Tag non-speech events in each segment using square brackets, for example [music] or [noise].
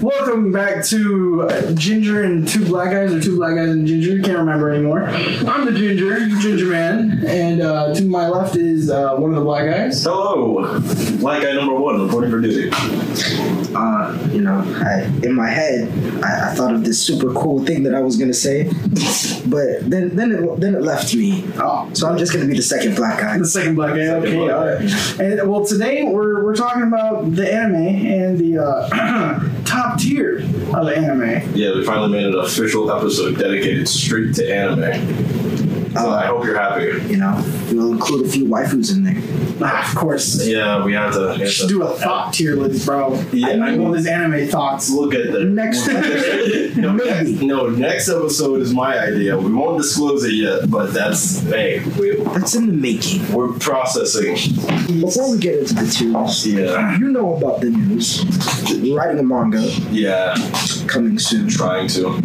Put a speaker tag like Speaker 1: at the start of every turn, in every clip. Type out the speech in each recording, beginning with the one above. Speaker 1: Welcome back to uh, Ginger and Two Black Guys, or Two Black Guys and Ginger. Can't remember anymore. I'm the Ginger, Ginger Man, and uh, to my left is uh, one of the Black Guys.
Speaker 2: Hello, black guy number one reporting for duty.
Speaker 3: uh, you know, I, in my head, I, I thought of this super cool thing that I was gonna say, [laughs] but then then it then it left me.
Speaker 1: Oh,
Speaker 3: So I'm just gonna be the second black guy.
Speaker 1: [laughs] the second Black Guy. Okay,
Speaker 2: Black
Speaker 1: all right. And well, today we're we're talking about the anime and the uh, [clears throat] top tier of the anime.
Speaker 2: Yeah, we finally made an official episode dedicated straight to anime.
Speaker 1: Oh.
Speaker 2: So I
Speaker 3: Uh,
Speaker 2: hope you're happy.
Speaker 3: you know, we'll include a few waifus in there.
Speaker 1: Ah, of course.
Speaker 2: Yeah, we have to, we have
Speaker 1: Just
Speaker 2: to
Speaker 1: do a thought tier list, bro.
Speaker 2: Yeah,
Speaker 1: I need
Speaker 2: I
Speaker 1: all
Speaker 2: mean-
Speaker 1: these anime thoughts.
Speaker 2: look at
Speaker 1: [laughs]
Speaker 2: the
Speaker 1: Next-
Speaker 2: [laughs]
Speaker 1: [laughs]
Speaker 2: no, next, no, next episode is my idea. We won't disclose it yet, but that's hey, we,
Speaker 3: That's in the making.
Speaker 2: we're processing.
Speaker 3: Before we get into the tiers,
Speaker 2: Yeah,
Speaker 3: you know about the news. Writing a manga
Speaker 2: yeah,
Speaker 3: coming soon.
Speaker 2: trying to.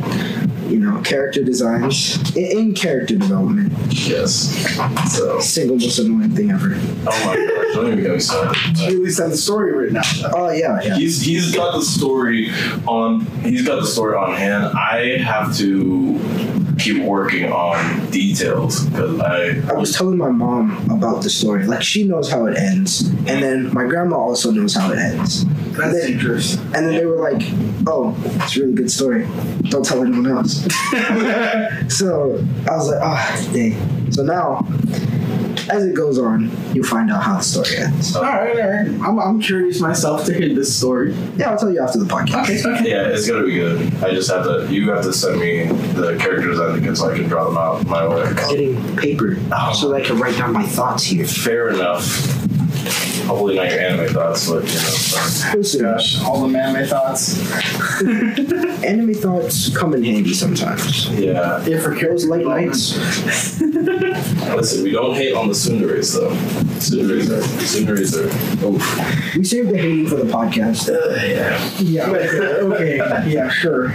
Speaker 3: You know, character designs in, in character development.
Speaker 2: Yes. So,
Speaker 3: Single most annoying thing ever.
Speaker 2: oh my gosh, don't even get me started.
Speaker 1: You at least have the story written out. though.
Speaker 3: Oh yeah, yeah.
Speaker 2: He's he's got the story on he's got the story on hand. I have to keep working on details because I
Speaker 3: I was telling my mom about the story. Like she knows how it ends, and then my grandma also knows how it ends. And then,
Speaker 1: interesting.
Speaker 3: and then they were like, "Oh, it's a really good story. Don't tell anyone else." [laughs] so I was like, "Ah, dang." So now, as it goes on, you find out how the story ends.
Speaker 1: All right, all right. I'm, I'm curious myself to hear this story.
Speaker 3: Yeah, I'll tell you after the podcast.
Speaker 2: yeah, it's gonna be good. I just have to you have to send me the characters I think so I can draw them out my way.
Speaker 3: Getting paper oh, so that I can write down my thoughts here.
Speaker 2: Fair enough. Hopefully not your anime thoughts, but you know. so.
Speaker 3: Listen,
Speaker 1: Gosh, all the anime thoughts.
Speaker 3: enemy thoughts come in handy sometimes.
Speaker 2: Yeah.
Speaker 1: Yeah, for
Speaker 3: Those
Speaker 1: characters
Speaker 3: late nights.
Speaker 2: Listen, we don't hate on the Sundaries though. Sundaries are Sundaries are. Oof.
Speaker 3: We saved the hating for the podcast.
Speaker 2: Uh, yeah.
Speaker 1: Yeah. Okay. Yeah. Sure.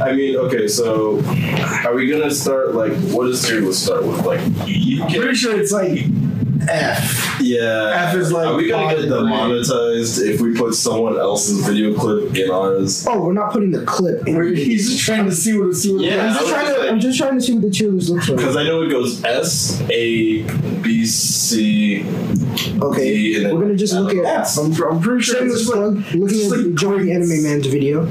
Speaker 2: I mean, okay, so are we gonna start like what is tier let's start with? Like you
Speaker 1: I'm pretty sure it's like F.
Speaker 2: Yeah.
Speaker 1: F is like
Speaker 2: are we gonna get
Speaker 1: bottom right.
Speaker 2: demonetized if we put someone else's video clip in ours?
Speaker 3: Oh, we're not putting the clip in.
Speaker 1: Where he's just trying to see what see what.
Speaker 2: Yeah.
Speaker 3: I'm just, trying to, I'm just trying to see what the cheerleaders look like.
Speaker 2: Because I know it goes S A B C
Speaker 3: Okay,
Speaker 2: D and then
Speaker 3: we're gonna just look at F.
Speaker 1: I'm, I'm pretty sure.
Speaker 3: Shameless
Speaker 1: It's like,
Speaker 3: plug. Looking
Speaker 1: it's
Speaker 3: at
Speaker 1: like
Speaker 3: Joey Anime Man's video.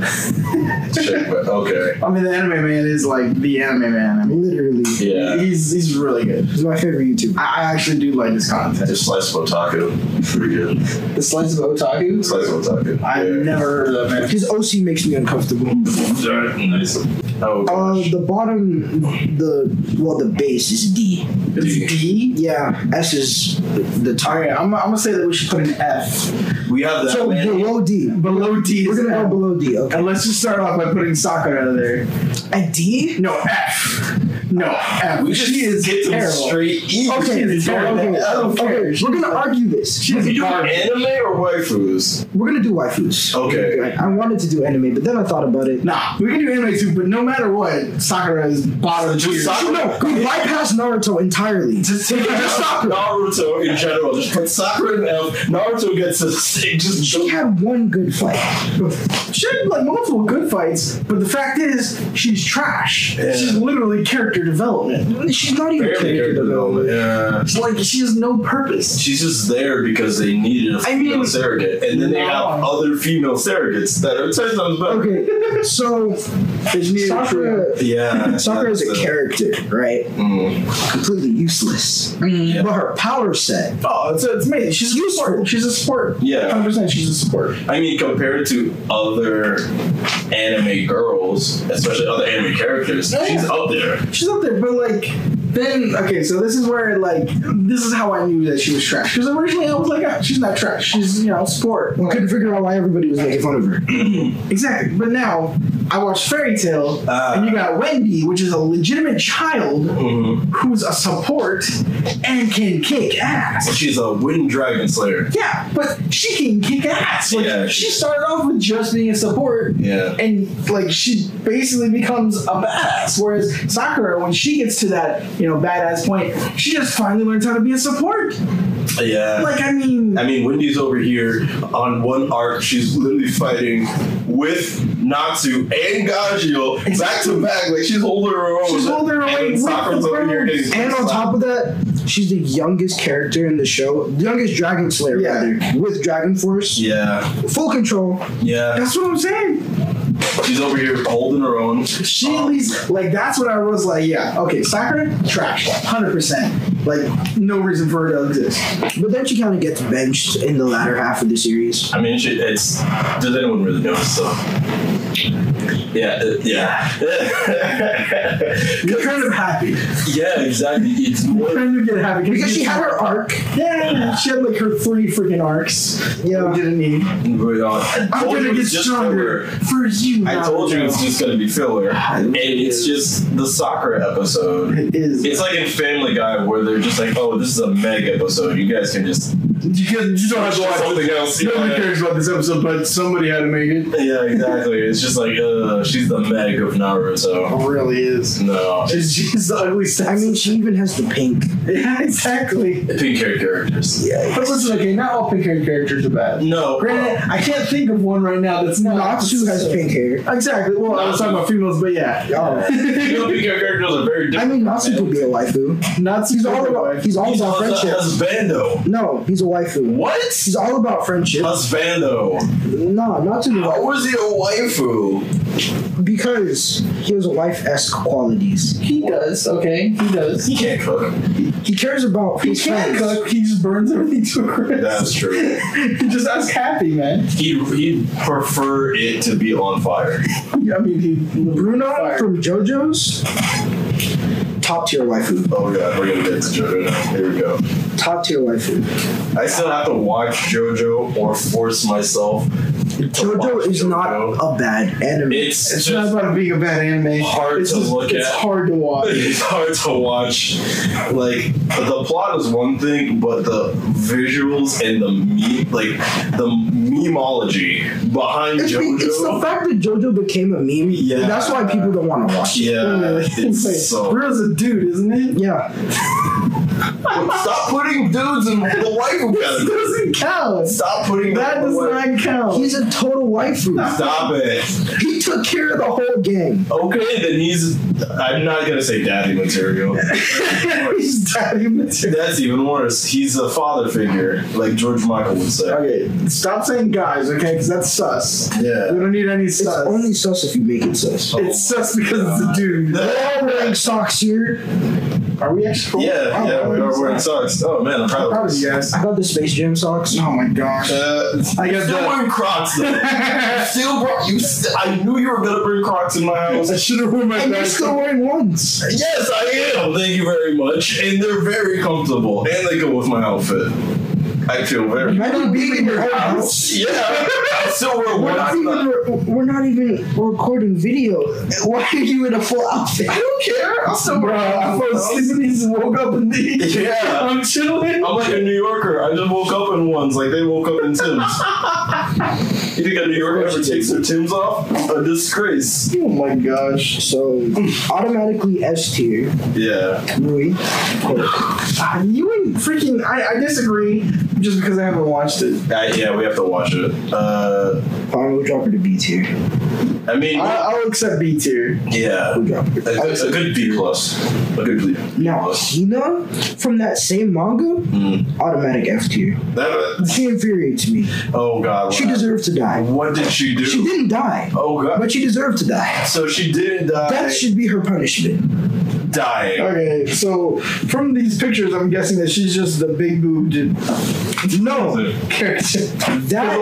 Speaker 2: Check, but- okay.
Speaker 1: I mean, the anime man is like the anime man. I mean,
Speaker 3: Literally,
Speaker 2: Yeah.
Speaker 1: he's he's really good.
Speaker 3: he's my favorite YouTuber.
Speaker 1: I, I actually do like his content.
Speaker 2: Just slice of otaku. Pretty good.
Speaker 1: The slice of otaku.
Speaker 2: Slice of otaku.
Speaker 1: I've
Speaker 2: yeah.
Speaker 1: never heard of that man.
Speaker 3: His OC makes me uncomfortable.
Speaker 2: Alright, nice. Oh
Speaker 3: Uh,
Speaker 1: Um,
Speaker 2: gosh.
Speaker 3: the bottom, the well, the base is D.
Speaker 1: It's D.
Speaker 3: Yeah, S is the
Speaker 1: All
Speaker 3: top.
Speaker 1: right, I'm, I'm gonna say that we should put an F
Speaker 2: we have that
Speaker 3: So
Speaker 2: man.
Speaker 3: below D,
Speaker 1: below D.
Speaker 3: we're
Speaker 1: is
Speaker 3: gonna go
Speaker 1: F.
Speaker 3: below D. Okay,
Speaker 1: And let's just start off by putting Sakura there.
Speaker 3: at D.
Speaker 1: No, F. No, F.
Speaker 2: We just
Speaker 1: she is
Speaker 2: get to
Speaker 1: terrible.
Speaker 2: straight E.
Speaker 1: Okay,
Speaker 3: Okay,
Speaker 1: She's terrible.
Speaker 3: okay,
Speaker 1: I don't care.
Speaker 3: okay. We're gonna argue this.
Speaker 1: She
Speaker 2: Can
Speaker 1: is
Speaker 2: you do
Speaker 1: garbage.
Speaker 2: anime or waifus?
Speaker 3: We're gonna do waifus.
Speaker 2: Okay.
Speaker 3: I I wanted to do anime, but then I thought about it.
Speaker 1: Nah, we can do anime too, but no matter what, Sakura is bottom tier.
Speaker 2: Sakura-
Speaker 1: No,
Speaker 3: We bypassed Naruto entirely.
Speaker 1: just take it.
Speaker 2: Just Naruto in general. Just put Sakura in F. Naruto gets a six. Just
Speaker 3: She had one good fight.
Speaker 1: She had like multiple good fights, but the fact is, she's trash.
Speaker 2: Yeah.
Speaker 1: She's literally character development.
Speaker 3: She's not even character development.
Speaker 2: Yeah.
Speaker 1: It's like she has no purpose.
Speaker 2: She's just there because they needed a
Speaker 1: I
Speaker 2: female
Speaker 1: mean-
Speaker 2: surrogate, and then they
Speaker 1: No.
Speaker 2: have other female surrogates that are ten times better.
Speaker 3: Okay, so Sakura,
Speaker 2: Yeah.
Speaker 3: [laughs] Sakura is a
Speaker 2: that's it.
Speaker 3: character, right?
Speaker 2: Mm.
Speaker 3: Completely useless.
Speaker 2: Yeah.
Speaker 3: But her power set,
Speaker 1: Oh, it's, it's amazing. She's a support. She's a support.
Speaker 2: Yeah.
Speaker 1: 100% she's a support.
Speaker 2: I mean, compared to other anime girls, especially other anime characters,
Speaker 1: Oh, yeah.
Speaker 2: she's up there.
Speaker 1: She's up there, but like then okay, so this is where like this is how I knew that she was trash. Because originally I was like, ah, she's not trash. She's you know sport. Like,
Speaker 3: couldn't figure out why everybody was making fun of her.
Speaker 1: exactly. But now I watched Fairy Tale,
Speaker 2: Ah.
Speaker 1: and you got Wendy, which is a legitimate child
Speaker 2: Mm-hmm.
Speaker 1: who's a support and can kick ass.
Speaker 2: She's a wind dragon slayer.
Speaker 1: Yeah, but she can kick ass. Like
Speaker 2: Yeah,
Speaker 1: she
Speaker 2: she-
Speaker 1: started off with just being a support,
Speaker 2: Yeah.
Speaker 1: and like she basically becomes a badass. Whereas Sakura, when she gets to that you know, badass point. She just finally learns how to be a support.
Speaker 2: Yeah.
Speaker 1: Like, I mean,
Speaker 2: I mean, Wendy's over here on one arc. She's literally fighting with Natsu and Gajio back to back. Like she's holding her own.
Speaker 1: She's holding her
Speaker 2: And
Speaker 1: own
Speaker 2: then
Speaker 1: with
Speaker 2: Sakura's
Speaker 1: the
Speaker 2: over here
Speaker 1: girls.
Speaker 2: getting
Speaker 3: And on
Speaker 2: slapped.
Speaker 3: top of that, she's the youngest character in the show, the youngest Dragon Slayer,
Speaker 1: Yeah.
Speaker 3: rather, with Dragon Force.
Speaker 2: yeah,
Speaker 3: Full control.
Speaker 2: yeah.
Speaker 1: that's what I'm saying.
Speaker 2: She's over here holding her own.
Speaker 1: She at least, like, that's what I was like, yeah, okay, Sakura, trash, 100%. Like, no reason for her to exist.
Speaker 3: But then she kind of gets benched in the latter half of the series.
Speaker 2: I mean, she, it's does anyone really notice? So. Yeah, [laughs] uh, yeah,
Speaker 1: You're kind of happy.
Speaker 2: yeah. Exactly. It's
Speaker 1: You're
Speaker 2: more.
Speaker 1: kind of get happy.
Speaker 3: Because she had her arc.
Speaker 1: Yeah, she had like her three freaking arcs.
Speaker 3: Yeah.
Speaker 1: that we didn't need.
Speaker 2: I'm
Speaker 1: I'm gonna get stronger for you.
Speaker 2: I
Speaker 1: Naruto.
Speaker 2: told you it's just gonna be filler, and it's
Speaker 1: is.
Speaker 2: just the soccer episode.
Speaker 1: It is.
Speaker 2: It's like in Family Guy where they're just like, "Oh, this is a meg episode. You guys can just [laughs]
Speaker 1: you, can, you don't have to watch
Speaker 2: something else."
Speaker 1: No one
Speaker 2: Yeah,
Speaker 1: cares about this episode, but somebody had to make it.
Speaker 2: yeah, exactly. It's just like, uh, she's the meg of Naruto.
Speaker 1: really is.
Speaker 2: No,
Speaker 1: It's just the ugly
Speaker 3: I mean, she even has the pink.
Speaker 1: [laughs] yeah, exactly.
Speaker 2: pink hair characters.
Speaker 1: But listen, okay, not all pink haired characters are bad.
Speaker 2: No,
Speaker 1: Granted, I can't think of one right now that's not.
Speaker 3: Natsu has pink hair.
Speaker 1: Exactly. Well, I was talking about females, but yeah.
Speaker 3: Oh.
Speaker 2: [laughs] you
Speaker 1: [laughs]
Speaker 2: know, pink hair characters are very
Speaker 3: I
Speaker 2: different.
Speaker 3: mean, Natsu could be a waifu.
Speaker 1: Natsu's
Speaker 3: He's all about, he's all
Speaker 2: He's
Speaker 3: about
Speaker 2: a
Speaker 3: friendship.
Speaker 2: husbando.
Speaker 3: No, he's a waifu.
Speaker 2: What?
Speaker 3: He's all about friendship.
Speaker 2: Husbando.
Speaker 3: No, Natsu's a
Speaker 2: How
Speaker 3: waifu.
Speaker 2: was he a waifu?
Speaker 3: Because he has wife-esque qualities.
Speaker 1: He does, okay. He does.
Speaker 2: He can't cook.
Speaker 3: He cares about
Speaker 1: He
Speaker 3: his
Speaker 1: can't
Speaker 3: friends.
Speaker 1: cook. He just burns everything to a crisp. [laughs]
Speaker 2: That's true.
Speaker 1: just ask Happy, man.
Speaker 2: He he'd prefer it to be on fire.
Speaker 1: I mean, he
Speaker 3: Bruno
Speaker 1: Fire.
Speaker 3: from JoJo's, top tier waifu.
Speaker 2: Oh god, we're gonna get to JoJo now. Here we go.
Speaker 3: Top tier waifu.
Speaker 2: I still have to watch JoJo or force myself.
Speaker 3: JoJo is not a bad anime.
Speaker 2: It's,
Speaker 1: It's not
Speaker 2: just
Speaker 1: about being a bad anime.
Speaker 2: Hard
Speaker 1: it's
Speaker 2: to
Speaker 1: just,
Speaker 2: look
Speaker 1: It's
Speaker 2: at.
Speaker 1: hard to watch.
Speaker 2: [laughs] it's hard to watch. Like the plot is one thing, but the visuals and the meme, like the memeology behind
Speaker 3: It's, be-
Speaker 2: JoJo.
Speaker 3: it's the fact that JoJo became a meme.
Speaker 2: Yeah.
Speaker 3: That's why people don't want to watch it.
Speaker 1: [laughs]
Speaker 2: [laughs] yeah,
Speaker 3: [laughs]
Speaker 1: like,
Speaker 2: it's so. [laughs]
Speaker 1: Bruno's a dude, isn't it?
Speaker 3: Yeah.
Speaker 2: Stop putting dudes in the
Speaker 1: [laughs]
Speaker 2: waifu
Speaker 1: That
Speaker 2: category.
Speaker 3: [laughs]
Speaker 1: doesn't count.
Speaker 2: Stop putting
Speaker 1: That
Speaker 2: them in
Speaker 1: does
Speaker 2: the waifu-
Speaker 1: not count.
Speaker 3: He's a total waifu.
Speaker 2: Stop it.
Speaker 3: He took care of the whole gang.
Speaker 2: Okay, then he's. I'm not gonna say daddy material.
Speaker 1: [laughs] He's daddy material.
Speaker 2: That's even worse. He's a father figure, like George Michael would
Speaker 1: Oh,
Speaker 2: say.
Speaker 1: Okay, stop saying guys, okay? Because that's sus. We
Speaker 2: Yeah.
Speaker 1: don't need any
Speaker 3: It's
Speaker 1: sus.
Speaker 3: only sus if you make it sus.
Speaker 2: Oh
Speaker 1: it's sus because it's a dude.
Speaker 3: We're
Speaker 2: [laughs]
Speaker 3: all wearing socks here.
Speaker 1: Are we actually?
Speaker 2: Yeah,
Speaker 1: Oh,
Speaker 2: yeah, we are wearing socks. Oh man, I'm proud
Speaker 1: Proud
Speaker 2: of
Speaker 1: of you
Speaker 2: this.
Speaker 1: guys.
Speaker 3: I got the Space Jam socks.
Speaker 1: Oh my gosh.
Speaker 2: Uh,
Speaker 1: I
Speaker 2: you're
Speaker 1: got
Speaker 2: still
Speaker 1: the-
Speaker 2: wearing Crocs though. You still brought you. St- I knew you were gonna bring Crocs in my house.
Speaker 1: I should have worn my
Speaker 3: And you're
Speaker 1: best-
Speaker 3: still wearing ones.
Speaker 2: Yes, I am. Thank you very much. And they're very comfortable, and they go with my outfit. I feel very.
Speaker 3: Might not be even your
Speaker 2: [laughs]
Speaker 3: house.
Speaker 2: Yeah, I still wear
Speaker 3: We're
Speaker 2: one.
Speaker 3: not,
Speaker 2: I'm not-
Speaker 3: even, we're not even recording video. [laughs] Why are you in a full outfit?
Speaker 2: I don't care. I'm still
Speaker 1: Bro, I fell asleep and he's woke up in these.
Speaker 2: Yeah.
Speaker 1: [laughs] I'm chilling.
Speaker 2: I'm like a New Yorker. I just woke up in ones, like they woke up in [laughs] Tim's. you think a New Yorker ever takes their Tim's off? A disgrace.
Speaker 1: Oh my gosh.
Speaker 3: So automatically S tier,
Speaker 2: Yeah.
Speaker 3: Rui. Of course.
Speaker 1: Ah, you and freaking. I, I disagree just because I haven't watched it.
Speaker 2: I, Uh, yeah, we have to watch it. Uh,
Speaker 3: Fine, we'll drop her to B tier.
Speaker 2: I mean,
Speaker 1: I, I'll accept B tier.
Speaker 2: yeah.
Speaker 3: We'll drop her.
Speaker 2: A good, a good B plus. A good B
Speaker 3: Now
Speaker 2: plus.
Speaker 3: Hina from that same manga, automatic F tier.
Speaker 2: That, uh,
Speaker 3: She infuriates me.
Speaker 2: oh God.
Speaker 3: She deserved to die.
Speaker 2: What did she do?
Speaker 3: She didn't die,
Speaker 2: oh God.
Speaker 3: but she deserved to die.
Speaker 2: So she uh, didn't die.
Speaker 3: That should be her punishment.
Speaker 2: dying.
Speaker 1: Okay, so from these pictures, I'm guessing that she's just the big boobed
Speaker 3: No,
Speaker 1: character.
Speaker 3: that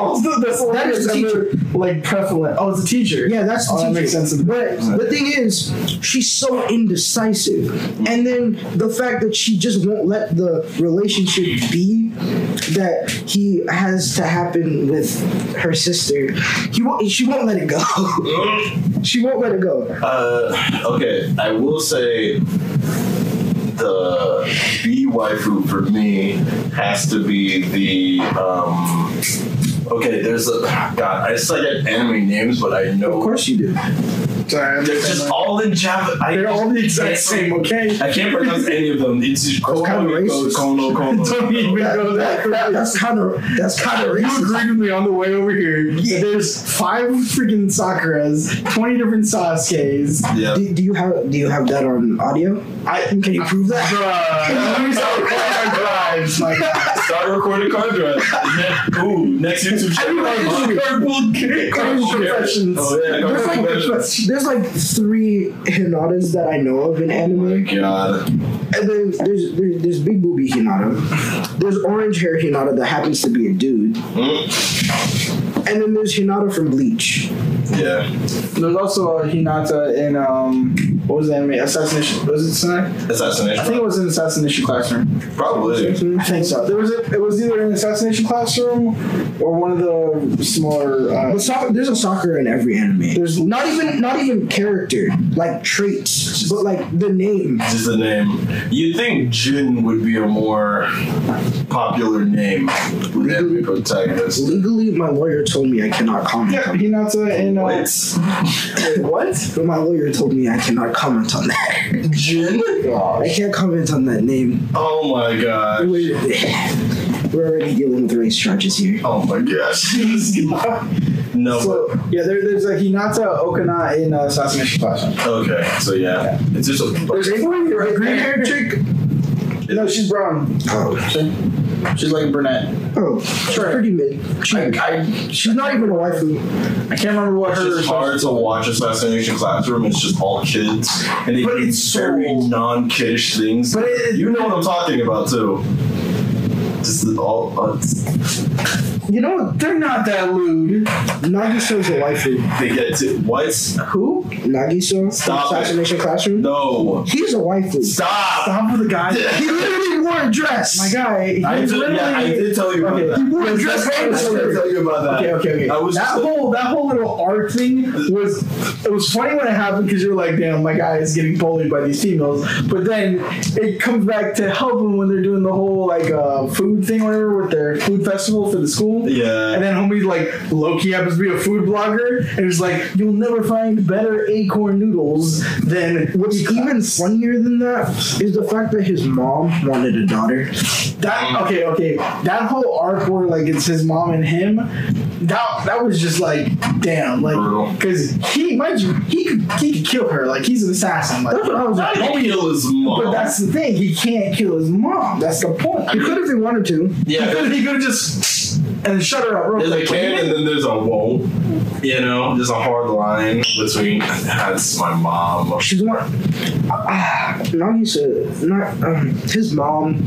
Speaker 3: that is the teacher.
Speaker 1: like prevalent. Oh, it's a teacher.
Speaker 3: Yeah, that's the
Speaker 1: Oh, that
Speaker 3: teacher.
Speaker 1: makes sense.
Speaker 3: But the thing is, she's so indecisive, and then the fact that she just won't let the relationship be that he has to happen with her sister. He won't. She won't let it go. [laughs] she won't let it go.
Speaker 2: Uh, okay, I will say the B waifu for me has to be the um, Okay, there's a God. I suck at anime names, but I know
Speaker 1: Of course you do.
Speaker 4: Sorry, I'm
Speaker 2: they're
Speaker 4: just
Speaker 2: just all in Japanese.
Speaker 1: They're all the exact same, okay?
Speaker 2: I can't pronounce any of them. It's just Kono,
Speaker 3: kinda racist.
Speaker 2: Kono,
Speaker 1: [laughs] Don't
Speaker 2: Kono.
Speaker 1: even
Speaker 3: That-
Speaker 1: go that
Speaker 3: that-
Speaker 1: route.
Speaker 3: that's kind of that's kind of
Speaker 1: You
Speaker 3: racist.
Speaker 1: agreed with me on the way over here. There's five freaking Sakuras, 20 different Sasuke's.
Speaker 2: Yeah.
Speaker 3: Do, do you have do you have that on audio?
Speaker 1: I,
Speaker 3: Can you prove that?
Speaker 1: [laughs] Bruh, you start recording our drives, my God.
Speaker 2: Start recording Condra. Ne- Ooh, next YouTube channel.
Speaker 1: Everybody,
Speaker 2: Carpool Karaoke.
Speaker 1: Confessions.
Speaker 2: Oh, yeah,
Speaker 3: There's
Speaker 2: Carpool
Speaker 3: like,
Speaker 2: Confessions.
Speaker 3: there's like three Hinatas that I know of in anime.
Speaker 2: God.
Speaker 3: And then there's, there's there's big booby Hinata. There's orange hair Hinata that happens to be a dude. And then there's Hinata from Bleach.
Speaker 2: Yeah.
Speaker 1: There's also a Hinata in, um, what was the anime? Assassination. Was it Tsunai? I think
Speaker 2: Assassination.
Speaker 1: it was an assassination classroom.
Speaker 2: Probably.
Speaker 1: I think so. There was a, it was either an assassination classroom or one of the smaller. Uh,
Speaker 3: But soccer, there's a soccer in every anime.
Speaker 1: there's
Speaker 3: Not even not even character like traits, but like the name.
Speaker 2: Just the name. You'd think Jin would be a more popular name with anime protagonists.
Speaker 3: Legally, my lawyer told me I cannot comment. on it.
Speaker 1: Hinata in. Uh,
Speaker 2: Lights.
Speaker 1: what?
Speaker 3: But my lawyer told me I cannot comment on that.
Speaker 2: Jin?
Speaker 3: I can't comment on that name.
Speaker 2: Oh my god.
Speaker 3: We're, we're already dealing with race charges here.
Speaker 2: Oh my [laughs] gosh. no.
Speaker 1: So yeah, there, there's a Hinata Okana in uh, Assassination Classroom.
Speaker 2: but- okay. So yeah, it's just
Speaker 1: There's
Speaker 2: a.
Speaker 1: a green hair chick. No, she's brown.
Speaker 3: Oh,
Speaker 1: She's like a brunette.
Speaker 3: oh, she's
Speaker 1: Sure.
Speaker 3: pretty mid. She,
Speaker 1: I, I,
Speaker 3: she's not even a waifu.
Speaker 1: I can't remember what
Speaker 2: It's
Speaker 1: her.
Speaker 2: just hard to watch Assassination Classroom. It's just all kids, and they
Speaker 1: But
Speaker 2: do
Speaker 1: it's so-
Speaker 2: very non-kiddish things.
Speaker 1: But it-
Speaker 2: you know what I'm talking about too. Just all uh,
Speaker 1: You know what? They're not that lewd.
Speaker 3: Nagiso's a waifu.
Speaker 2: they get to what?
Speaker 1: Who?
Speaker 3: Nagiso
Speaker 2: Stop
Speaker 3: from
Speaker 2: it.
Speaker 3: Assassination Classroom.
Speaker 2: No,
Speaker 3: He's a waifu.
Speaker 2: stop.
Speaker 1: Stop with the guy.
Speaker 3: He literally wore a dress.
Speaker 1: My guy.
Speaker 2: I
Speaker 1: he's
Speaker 2: did, yeah, I
Speaker 1: literally-
Speaker 2: did tell you about
Speaker 1: Okay.
Speaker 2: that.
Speaker 1: He wore a dress
Speaker 2: I
Speaker 1: and a
Speaker 2: did
Speaker 1: sweater.
Speaker 2: tell you about that.
Speaker 1: Okay, okay, okay.
Speaker 2: I was
Speaker 1: that whole that whole little art thing was it was funny when it happened because you were like, damn, my guy is getting bullied by these females. But then it comes back to help them when they're doing the whole like uh, food thing, or whatever, with their food festival for the school.
Speaker 2: yeah.
Speaker 1: And then homie like Loki happens to be a food blogger and is like, you'll never find better acorn noodles than
Speaker 3: What's even funnier than that is the fact that his mom wanted a daughter.
Speaker 2: Um,
Speaker 1: That okay, okay. That whole arc where like it's his mom and him, that that was just like damn, like
Speaker 2: Brutal.
Speaker 1: because he mind you, he could he could kill her, like he's an assassin, like
Speaker 3: That's what I was
Speaker 2: Not
Speaker 3: like.
Speaker 2: to kill his mom.
Speaker 1: but that's the thing, he can't kill his mom. That's the point.
Speaker 3: He could if he wanted to.
Speaker 1: He
Speaker 2: yeah.
Speaker 1: could he could just and shut her up real
Speaker 2: There's a
Speaker 1: quick.
Speaker 2: can and then there's a won't. You know, there's a hard line between [laughs] that's my mom.
Speaker 3: She's one. Ah, Nagisa, not um, his mom,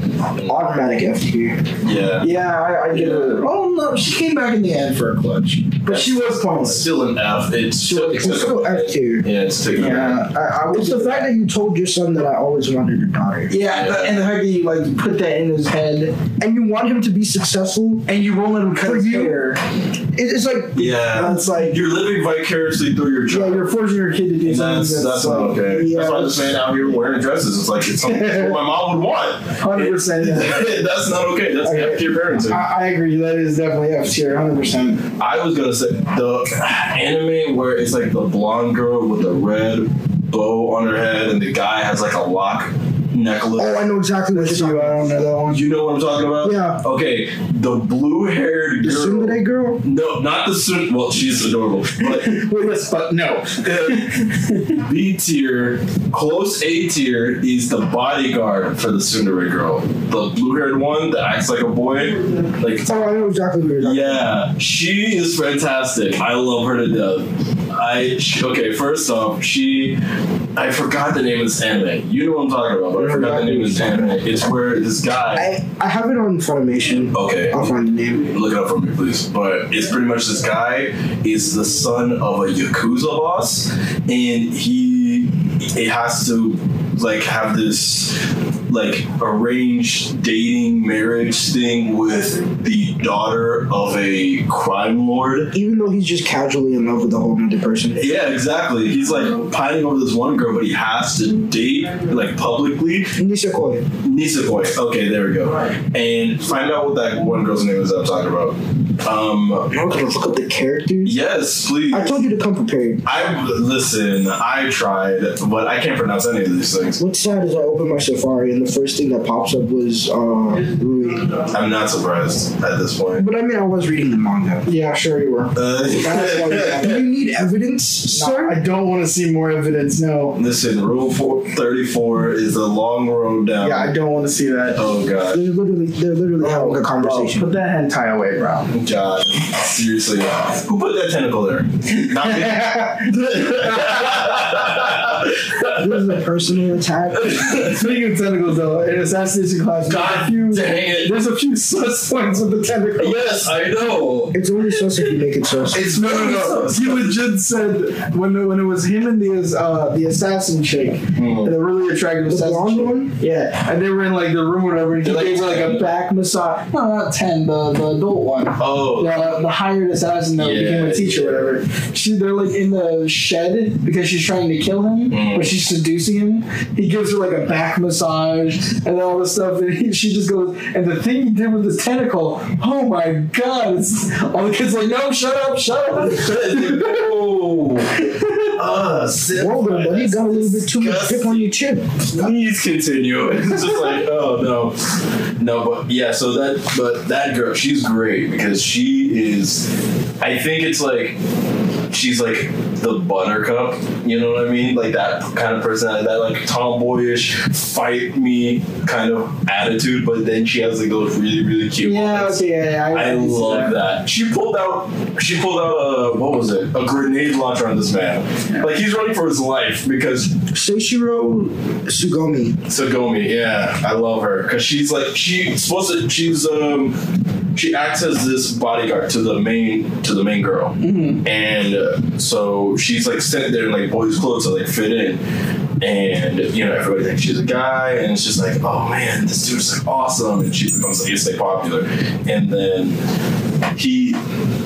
Speaker 3: automatic F tier.
Speaker 2: Yeah.
Speaker 1: Yeah, I, I get it. Oh no, she came back in the end for a clutch. But she was pointless.
Speaker 2: Still an F. It's still,
Speaker 3: It's still F tier.
Speaker 2: Yeah, it's taking
Speaker 1: Yeah, I, I would
Speaker 3: It's the fact that you told your son that I always wanted a daughter,
Speaker 1: yeah,
Speaker 2: Yeah.
Speaker 1: and the fact that you like put that in his head,
Speaker 3: and you want him to be successful.
Speaker 1: and you won't let him cut
Speaker 3: For
Speaker 1: his
Speaker 3: you.
Speaker 1: hair.
Speaker 3: It- It's like
Speaker 2: Yeah.
Speaker 1: And it's like
Speaker 2: You're living vicariously through your
Speaker 1: Yeah,
Speaker 2: child.
Speaker 1: you're forcing your kid to do
Speaker 2: and
Speaker 1: something
Speaker 2: that's
Speaker 1: that's,
Speaker 2: that's, not
Speaker 1: like,
Speaker 2: okay.
Speaker 1: Yeah,
Speaker 2: that's why the man out here wearing dresses is like it's something
Speaker 3: [laughs]
Speaker 2: what my mom would want.
Speaker 1: 100%, yeah.
Speaker 2: [laughs] that's not okay. That's
Speaker 1: Okay.
Speaker 2: F tier parenting.
Speaker 3: Uh,
Speaker 1: I, I agree. That is definitely F tier, 100%.
Speaker 2: I was gonna say the anime where it's like the blonde girl with the red bow on her head and the guy has like a lock necklace.
Speaker 3: oh, I know exactly what
Speaker 1: It's you,
Speaker 3: you're
Speaker 1: I don't
Speaker 3: talking
Speaker 1: know that one.
Speaker 2: You know what I'm talking about?
Speaker 3: Yeah.
Speaker 2: Okay, the blue haired
Speaker 3: about.
Speaker 2: girl.
Speaker 3: Assume that girl.
Speaker 2: no, not the sun. Well, she's adorable. But
Speaker 1: Wait, yes, but no.
Speaker 2: uh, B tier, close A tier is the bodyguard for the Tsundere girl. The blue haired one that acts like a boy. Like,
Speaker 3: Oh, I know exactly what you're talking.
Speaker 2: yeah, she is fantastic. I love her to death. I she, okay. First off, she I forgot the name of this anime. You know what I'm talking about, but I forgot the name of this anime. It's where this guy.
Speaker 3: I I have it on Funimation.
Speaker 2: Okay,
Speaker 3: I'll find the name.
Speaker 2: look it up for me, please. But it's pretty much this guy is the son of a yakuza boss, and he it has to like have this like arranged dating marriage thing with the daughter of a crime lord.
Speaker 3: Even though he's just casually in love with a whole other person.
Speaker 2: Yeah, exactly. He's like pining over this one girl, but he has to date like publicly
Speaker 3: Nisekoi.
Speaker 2: Nisa Boy. Okay, there we go. And find out what that one girl's name is that I'm talking about. Um,
Speaker 3: Now we're gonna look up the characters.
Speaker 2: yes, please.
Speaker 3: I told you to come prepared.
Speaker 2: I listen. I tried, but I can't pronounce any of these things.
Speaker 3: What's sad is I opened my Safari and the first thing that pops up was uh, Rui.
Speaker 2: I'm not surprised at this point.
Speaker 3: But I mean, I was reading the manga.
Speaker 1: Yeah, sure you were.
Speaker 2: Uh, [laughs]
Speaker 3: That's why you have it. You need evidence,
Speaker 1: Sir,
Speaker 3: sir.
Speaker 1: I don't want to see more evidence. No.
Speaker 2: listen, Rule four, 34 is a long road down.
Speaker 1: Yeah, I don't want to see that.
Speaker 2: oh God,
Speaker 3: They're literally, they're literally
Speaker 1: Oh,
Speaker 3: having a conversation.
Speaker 1: Put that hentai away, bro. [laughs]
Speaker 2: God, seriously, who put that tentacle there? Not
Speaker 3: [laughs]
Speaker 2: me.
Speaker 3: This is a personal attack.
Speaker 1: Speaking of tentacles, though, uh, in Assassination Class, there's a
Speaker 2: God
Speaker 1: few,
Speaker 2: dang it.
Speaker 1: there's a few sus points with the tentacles.
Speaker 2: yes, I know.
Speaker 3: It's only sus if you make it sus.
Speaker 2: It's
Speaker 1: No, no, no. He legit said when when it was him and the uh, the assassin chick,
Speaker 2: Hmm.
Speaker 1: the really attractive
Speaker 3: The
Speaker 1: assassin
Speaker 3: blonde
Speaker 1: chick.
Speaker 3: one?
Speaker 1: Yeah, and they were in like the room or whatever, and he
Speaker 2: They're like
Speaker 1: gave her like
Speaker 2: 10.
Speaker 1: a back massage. No, not ten, the, the adult one.
Speaker 2: Oh, [laughs]
Speaker 1: The, the hired assassin that
Speaker 2: Yeah,
Speaker 1: became a teacher
Speaker 2: yeah.
Speaker 1: or whatever. She, they're like in the shed because she's trying to kill him,
Speaker 2: Mm.
Speaker 1: but she's seducing him. He gives her like a back massage and all this stuff, and [laughs] he, she just goes. And the thing he did with his tentacle, oh my god! It's, [laughs] all the kids like, no, shut up, shut up.
Speaker 2: oh,
Speaker 3: [laughs]
Speaker 2: uh, sit-
Speaker 3: Whoa, bro, buddy, you got a little bit too much grip on your chin.
Speaker 2: Please continue. [laughs] It's just like, oh no, no, but yeah. So that, but that girl, she's great because she is. I think it's like she's like the buttercup. You know what I mean? Like that kind of person, that like tomboyish, fight me kind of attitude. But then she has like those really, really cute.
Speaker 1: Yeah,
Speaker 2: moments.
Speaker 1: okay, yeah, yeah,
Speaker 2: I
Speaker 1: can see
Speaker 2: love that. She pulled out. She pulled out a what was it? A grenade launcher on this man. Like he's running for his life because
Speaker 3: Seishiro Sugomi.
Speaker 2: Sagomi. Yeah, I love her because she's like she's supposed to. She's um. She acts as this bodyguard to the main to the main girl, and uh, so she's like sitting there in like boys' clothes to like fit in, and you know everybody thinks she's a guy, and it's just like oh man, this dude's like awesome, and she becomes like instantly popular, and then he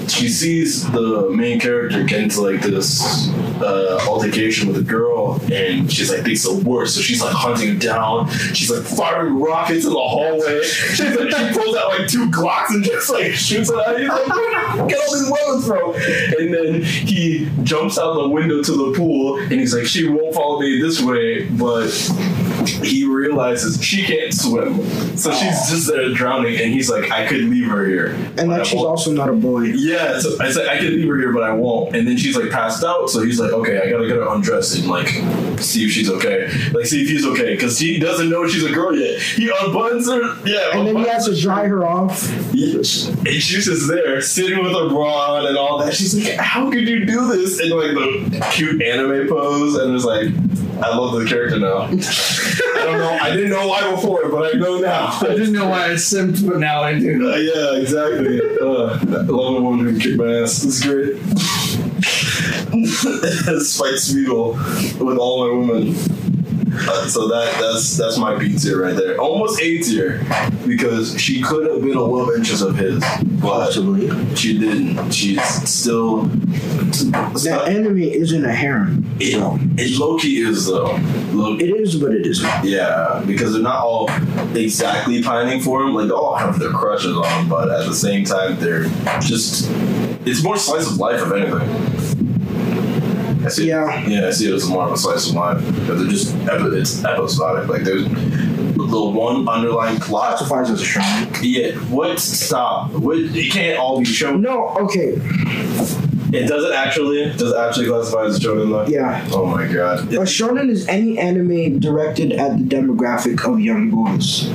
Speaker 2: she sees the main character get into like this uh, altercation with a girl and she's like thinks the worst so she's like hunting him down she's like firing rockets in the hallway she's like she pulls out like two glocks and just like shoots it out he's like where did you get all these weapons from and then he jumps out the window to the pool and he's like she won't follow me this way but he realizes she can't swim so she's just there drowning and he's like I could leave her here
Speaker 3: And that she's also not a boy.
Speaker 2: yeah, so I said I can leave her here, but I won't. And then she's like passed out, so he's like, okay, I gotta get her undressed and like see if she's okay, like see if he's okay, because he doesn't know she's a girl yet. He unbuttons her, yeah,
Speaker 3: And then he has to dry her off.
Speaker 2: unbuttons- and she's just there sitting with her bra on and all that. She's like, how could you do this? And like the cute anime pose, and it's like, I love the character now. [laughs] I don't know, I didn't know why before, but I know now.
Speaker 1: I didn't know why I simped, but now I do.
Speaker 2: Uh, yeah, exactly. Uh, I love a woman who kicked my ass. It's great. [laughs] Spike Spiegel with all my women. Uh, so that that's that's my B tier right there. Almost A tier because she could have been 11 inches of his, but
Speaker 3: Possibly.
Speaker 2: she didn't. She's still.
Speaker 3: That anime isn't a harem.
Speaker 2: It,
Speaker 3: So
Speaker 2: it low key is though. Low
Speaker 3: it is, but it isn't.
Speaker 2: yeah, because they're not all exactly pining for him. Like they all have their crushes on him, but at the same time, they're just. It's more slice of life, if anything. I see
Speaker 3: Yeah.
Speaker 2: It, yeah, I see it as more of a slice of life because they're just epi- it's episodic. Like there's the one underlying plot.
Speaker 3: Classifies as a shonen.
Speaker 2: Yeah, what stop? What it can't all be shown.
Speaker 3: No, okay,
Speaker 2: It doesn't actually. Does it actually classify as a shonen though?
Speaker 3: yeah.
Speaker 2: Oh my god.
Speaker 3: A shonen is any anime directed at the demographic of young boys.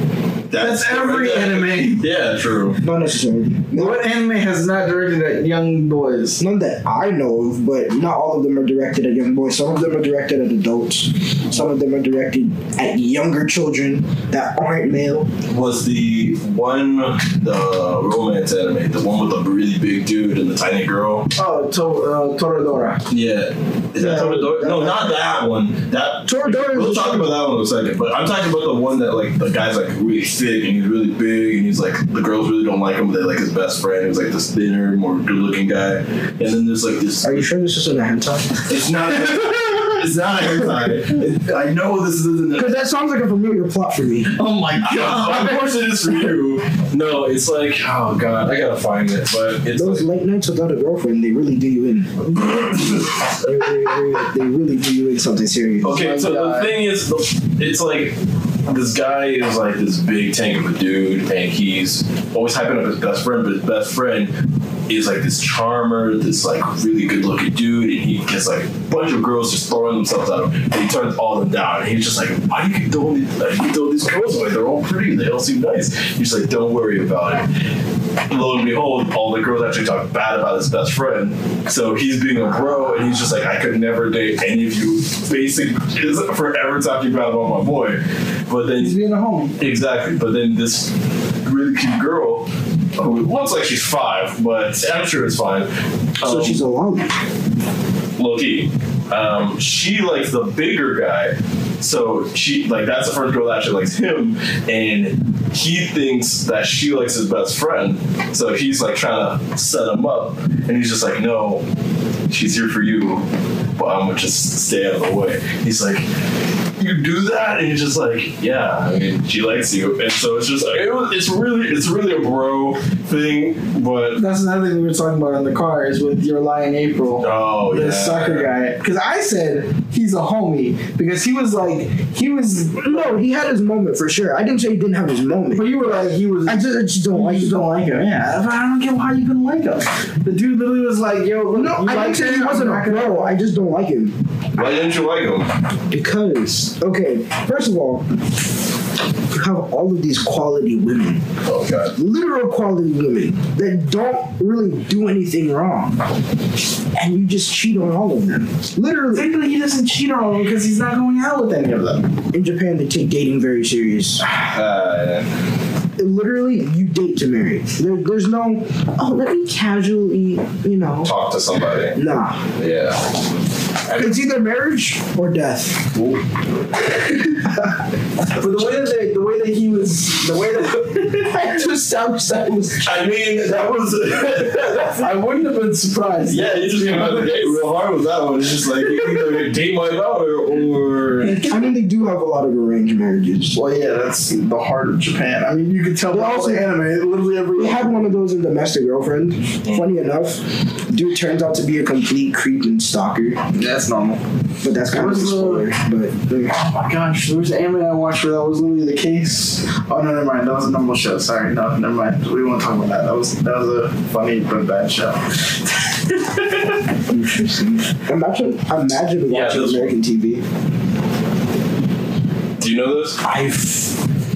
Speaker 1: That's every anime.
Speaker 2: [laughs] Yeah, true.
Speaker 3: Not necessarily.
Speaker 1: What anime has not directed at young boys?
Speaker 3: None that I know of, but not all of them are directed at young boys. Some of them are directed at adults. Some of them are directed at younger children that aren't male.
Speaker 2: Was the one the romance anime, the one with the really big dude and the tiny girl?
Speaker 1: Oh, to, uh, Toradora.
Speaker 2: Yeah. Is that
Speaker 3: Yeah.
Speaker 2: Toradora? No, not that one. That
Speaker 3: Toradora is
Speaker 2: We'll
Speaker 3: a
Speaker 2: talk about that one in a second, but I'm talking about the one that like the guy's like really thick and he's really big and he's like the girls really don't like him. They like his best friend who's like this thinner, more good-looking guy, and then there's like this.
Speaker 3: Are you sure this isn't a hentai?
Speaker 2: It's not.
Speaker 3: [laughs]
Speaker 2: it's not a hentai. I know this isn't. A,
Speaker 3: Because that sounds like a familiar plot for me.
Speaker 1: [laughs] Oh my
Speaker 2: of
Speaker 1: god.
Speaker 2: course it is for you. No, it's like oh god, I gotta find it, but it's
Speaker 3: Those
Speaker 2: like,
Speaker 3: late nights without a girlfriend, they really do you in. they, they- they- they really do you in something serious.
Speaker 2: okay.
Speaker 1: my
Speaker 2: so
Speaker 1: God.
Speaker 2: the thing is, it's like. This guy is like this big tank of a dude, and he's always hyping up his best friend. But his best friend is like this charmer, this like really good-looking dude, and he gets like a bunch of girls just throwing themselves at him, and he turns all of them down. And he's just like, "Why you keep throwing these, like, you throw these girls away? They're all pretty, they all seem nice." He's like, "Don't worry about it." lo and behold, all the girls actually talk bad about his best friend. So he's being a bro, and he's just like, I could never date any of you basic is forever talking bad about my boy. But
Speaker 1: He's
Speaker 2: then
Speaker 1: being a homie.
Speaker 2: exactly, but then this really cute girl who looks like she's five, but I'm sure it's fine.
Speaker 3: So
Speaker 2: um,
Speaker 3: she's a lolly.
Speaker 2: low key. Um, she likes the bigger guy, so she like that's the first girl that actually likes him, and he thinks that she likes his best friend. So he's like trying to set him up, and he's just like, "No, she's here for you, but I'm gonna just stay out of the way." He's like. You do that, and he's just like, yeah. I mean, she likes you, and so it's just like it was, it's really, it's really a bro thing. But
Speaker 1: That's another thing we were talking about in the car is with your lying April.
Speaker 2: oh
Speaker 1: the
Speaker 2: yeah,
Speaker 1: soccer guy because I said he's a homie because he was like he was
Speaker 3: No, he had his moment for sure. I didn't say he didn't have his
Speaker 1: but
Speaker 3: moment.
Speaker 1: you were like he was
Speaker 3: I just, I just don't
Speaker 1: I
Speaker 3: like
Speaker 1: just
Speaker 3: it.
Speaker 1: don't like him yeah I don't get why you couldn't like him the dude literally was like yo look,
Speaker 3: No,
Speaker 1: you
Speaker 3: I
Speaker 1: like
Speaker 3: didn't say
Speaker 1: him?
Speaker 3: he wasn't
Speaker 1: I'm
Speaker 3: a
Speaker 1: not gonna-
Speaker 3: pro. I just don't like him.
Speaker 2: Why didn't you like him?
Speaker 3: Because, okay, first of all, you have all of these quality women,
Speaker 2: Oh god.
Speaker 3: literal quality women, that don't really do anything wrong. And you just cheat on all of them. Literally,
Speaker 1: Technically, he doesn't cheat on them because he's not going out with any of them.
Speaker 3: in Japan, they take dating very serious.
Speaker 2: Uh,
Speaker 3: Literally, you date to marry. There, there's no, oh, let me casually, you know.
Speaker 2: talk to somebody.
Speaker 3: Nah.
Speaker 2: Yeah.
Speaker 3: It's either marriage or death.
Speaker 1: But the way that they, the way that he was, the way that [laughs] I just sound I was.
Speaker 2: I mean, that was. [laughs]
Speaker 1: I wouldn't have been surprised.
Speaker 2: yeah, you just came out of the gate real hard with that one. It's just like, you either date my daughter or.
Speaker 3: I mean, they do have a lot of arranged marriages.
Speaker 1: Well, yeah, that's the heart of Japan. I mean, you could tell.
Speaker 3: Well, also-
Speaker 1: the anime, literally every.
Speaker 3: We had one of those in Domestic Girlfriend. Funny enough, dude turns out to be a complete creep and stalker.
Speaker 1: That's normal.
Speaker 3: But that's kind of a
Speaker 1: Where's
Speaker 3: spoiler.
Speaker 1: the-
Speaker 3: But
Speaker 1: Oh my gosh, there was an anime I watched where that was literally the case. Oh no, never mind. That was a normal show. Sorry, no, never mind. We won't talk about that. That was that was a funny but bad
Speaker 2: [laughs]
Speaker 1: show.
Speaker 3: interesting. Imagine, imagine
Speaker 2: Yeah,
Speaker 3: watching
Speaker 2: those-
Speaker 3: American TV.
Speaker 2: Do you know this?
Speaker 3: I.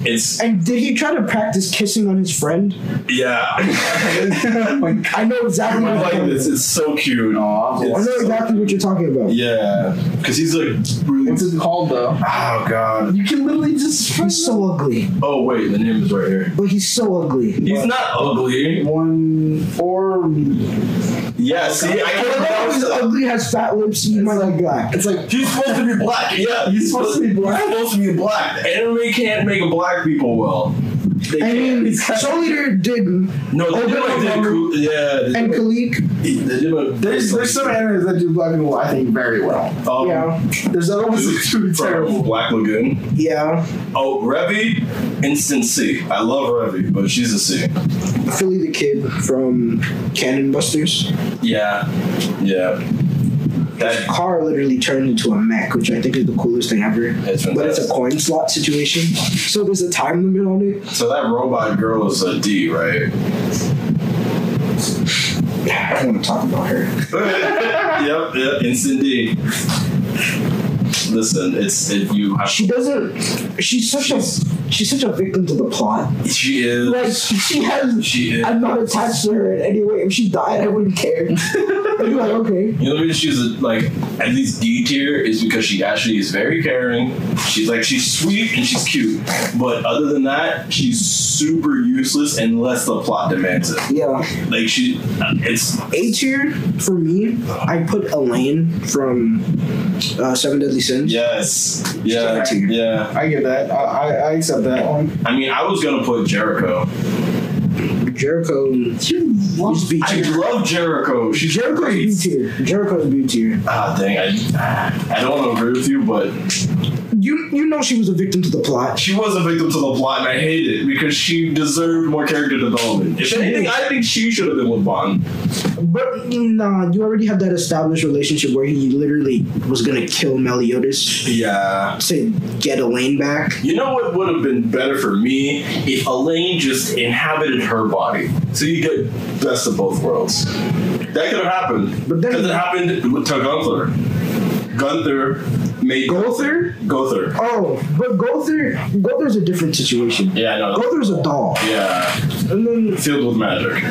Speaker 2: It's.
Speaker 3: And did he try to practice kissing on his friend?
Speaker 2: [laughs] Yeah.
Speaker 3: I know exactly.
Speaker 2: I
Speaker 3: what
Speaker 2: like
Speaker 3: you're
Speaker 2: this. It's so cute.
Speaker 3: talking about. I
Speaker 2: It's
Speaker 3: know
Speaker 2: so-
Speaker 3: exactly what you're talking about.
Speaker 2: Yeah. Because he's like. Really,
Speaker 1: What's it called though?
Speaker 2: oh, God.
Speaker 1: You can literally just find
Speaker 3: He's so ugly,
Speaker 2: Oh, wait, the name is right here.
Speaker 3: but he's so ugly.
Speaker 2: He's not ugly.
Speaker 1: one or
Speaker 2: Yeah, see, I
Speaker 3: I love how
Speaker 2: can't
Speaker 3: he's
Speaker 2: pronounce
Speaker 3: ugly, has fat lips. He's my like guy.
Speaker 1: it's like
Speaker 2: He's supposed to be black. Yeah, he's supposed to be black. He's supposed to be black. Anime can't make black people well. They
Speaker 3: I
Speaker 2: can't. [laughs]
Speaker 3: mean, Soul Eater did, and
Speaker 2: no, they did like the cool. Yeah, they did like-
Speaker 3: Kalik.
Speaker 2: they did like-
Speaker 1: there's there's some animes that do black people I think very well.
Speaker 2: um,
Speaker 3: Yeah,
Speaker 1: There's other ones that do
Speaker 2: dude From
Speaker 1: terrible.
Speaker 2: Black Lagoon.
Speaker 3: yeah.
Speaker 2: Oh, Revy, instant C. I love Revy, but she's a C.
Speaker 3: Philly the Kid from Cannon Busters.
Speaker 2: Yeah, yeah. That
Speaker 3: Car literally turned into a mech, which I think is the coolest thing ever.
Speaker 2: It's
Speaker 3: but it's a
Speaker 2: fantastic.
Speaker 3: coin slot situation, so there's a time limit on it.
Speaker 2: so that robot girl is a D, right? [laughs]
Speaker 3: I don't want to talk about her.
Speaker 2: yep, yep. Instant D. Listen, it's it, you [laughs] have
Speaker 3: She doesn't. She's such a. she's such a victim to the plot.
Speaker 2: She is.
Speaker 3: Like she has.
Speaker 2: she is.
Speaker 3: I'm not attached to her in any way. If she died, I wouldn't care. [laughs] I'd be like, okay.
Speaker 2: You know, the reason she's a, like at least D tier is because she actually is very caring. She's like she's sweet and she's cute, but other than that, she's super useless unless the plot demands it.
Speaker 3: Yeah.
Speaker 2: Like she, uh, it's
Speaker 3: A tier for me. I put Elaine from uh, Seven Deadly Sins.
Speaker 2: yes, yeah,
Speaker 3: She's a tier.
Speaker 2: yeah.
Speaker 1: I get that. I, I, I accept that one.
Speaker 2: I mean, I was gonna put Jericho.
Speaker 3: Jericho. is B
Speaker 2: I
Speaker 3: tier.
Speaker 2: love Jericho. She's
Speaker 3: Jericho's
Speaker 2: great.
Speaker 3: B tier. Jericho's B tier.
Speaker 2: Ah, dang. I, I don't want to agree with you, but
Speaker 3: You you know she was a victim to the plot.
Speaker 2: she was a victim to the plot, and I hate it because she deserved more character development. If
Speaker 3: She
Speaker 2: anything,
Speaker 3: did.
Speaker 2: I think she should have been with Bond.
Speaker 3: But nah, you already have that established relationship where he literally was gonna kill Meliodas
Speaker 2: Yeah.
Speaker 3: to get Elaine back.
Speaker 2: uh, You know what would have been better for me if Elaine just inhabited her body, so you get best of both worlds. That could have happened,
Speaker 3: But then-
Speaker 2: because it happened with- to Gunther. Gunther made
Speaker 3: Gother?
Speaker 2: Gunther.
Speaker 3: Oh, but Gother Gother's a different situation.
Speaker 2: Yeah, I know.
Speaker 3: Gother's a doll.
Speaker 2: Yeah,
Speaker 3: And then
Speaker 2: filled with magic.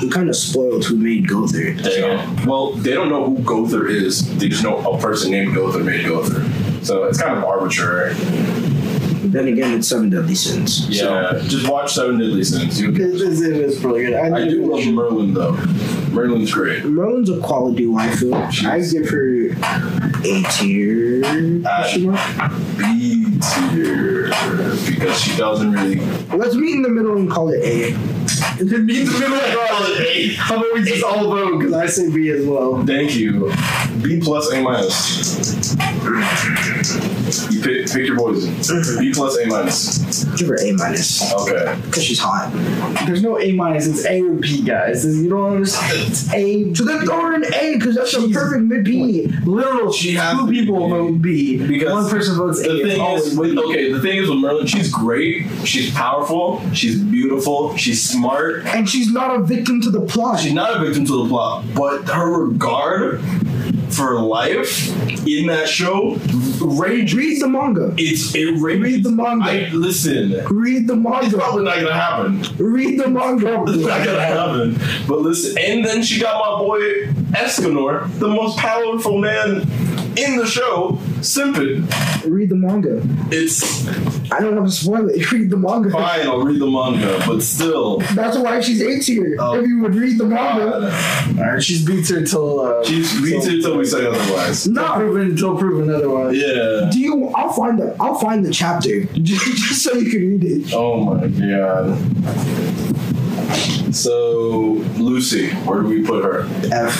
Speaker 3: we kinda spoiled who made Gother.
Speaker 2: Damn. Well, they don't know who Gother is. They just know a person named Gother made Gother. So it's kind of arbitrary.
Speaker 3: Then again it's seven deadly sins.
Speaker 2: Yeah. Just watch Seven Deadly Sins. You-
Speaker 1: It, it, it is pretty good.
Speaker 2: I do love Merlin though. Merlin's great.
Speaker 3: Merlin's a quality wife. I give her a tier. question mark.
Speaker 2: B tier because she doesn't really.
Speaker 3: Let's meet in the middle and call it A.
Speaker 1: It means middle How about we just all vote? Because I say B as well.
Speaker 2: Thank you. B plus A minus. You pick, pick your poison. B plus A minus.
Speaker 3: Give her A minus.
Speaker 2: Okay.
Speaker 3: Because she's hot.
Speaker 1: There's no A minus. It's A or B, guys. This- you don't understand. It's A.
Speaker 3: So then throw her an A because that's a
Speaker 1: She's-
Speaker 3: perfect mid B.
Speaker 1: Literal.
Speaker 2: She has
Speaker 1: two
Speaker 2: to be
Speaker 1: people
Speaker 2: A.
Speaker 1: vote B.
Speaker 2: Because
Speaker 1: one person votes A.
Speaker 2: The
Speaker 1: It's
Speaker 2: thing
Speaker 1: always
Speaker 2: is, with, okay, the thing is with Merlin, she's great, she's powerful, she's beautiful, she's smart.
Speaker 3: And she's not a victim to the plot.
Speaker 2: She's not a victim to the plot, but her regard for life in that show, rage.
Speaker 3: Read the manga.
Speaker 2: It's it rage.
Speaker 3: Read the manga.
Speaker 2: I, listen,
Speaker 3: Read the
Speaker 2: it's
Speaker 3: manga.
Speaker 2: probably not gonna happen. [laughs]
Speaker 3: Read the
Speaker 1: [laughs]
Speaker 2: It's not
Speaker 3: manga.
Speaker 2: gonna happen. But listen, and then she got my boy Escanor, the most powerful man in the show, simping.
Speaker 3: Read the manga.
Speaker 2: It's
Speaker 3: I don't have to spoil it. Read the manga.
Speaker 2: fine. I'll read the manga, but still.
Speaker 3: That's why she's A tier.
Speaker 2: Oh.
Speaker 3: If you would read the manga.
Speaker 2: Uh,
Speaker 1: Alright, she's beat her till uh,
Speaker 2: She's beats it until we say otherwise.
Speaker 1: not proven until proven otherwise.
Speaker 2: Yeah.
Speaker 3: Do you? I'll find the I'll find the chapter [laughs] just so you can read it.
Speaker 2: Oh my god. So Lucy, where do we put her?
Speaker 3: F.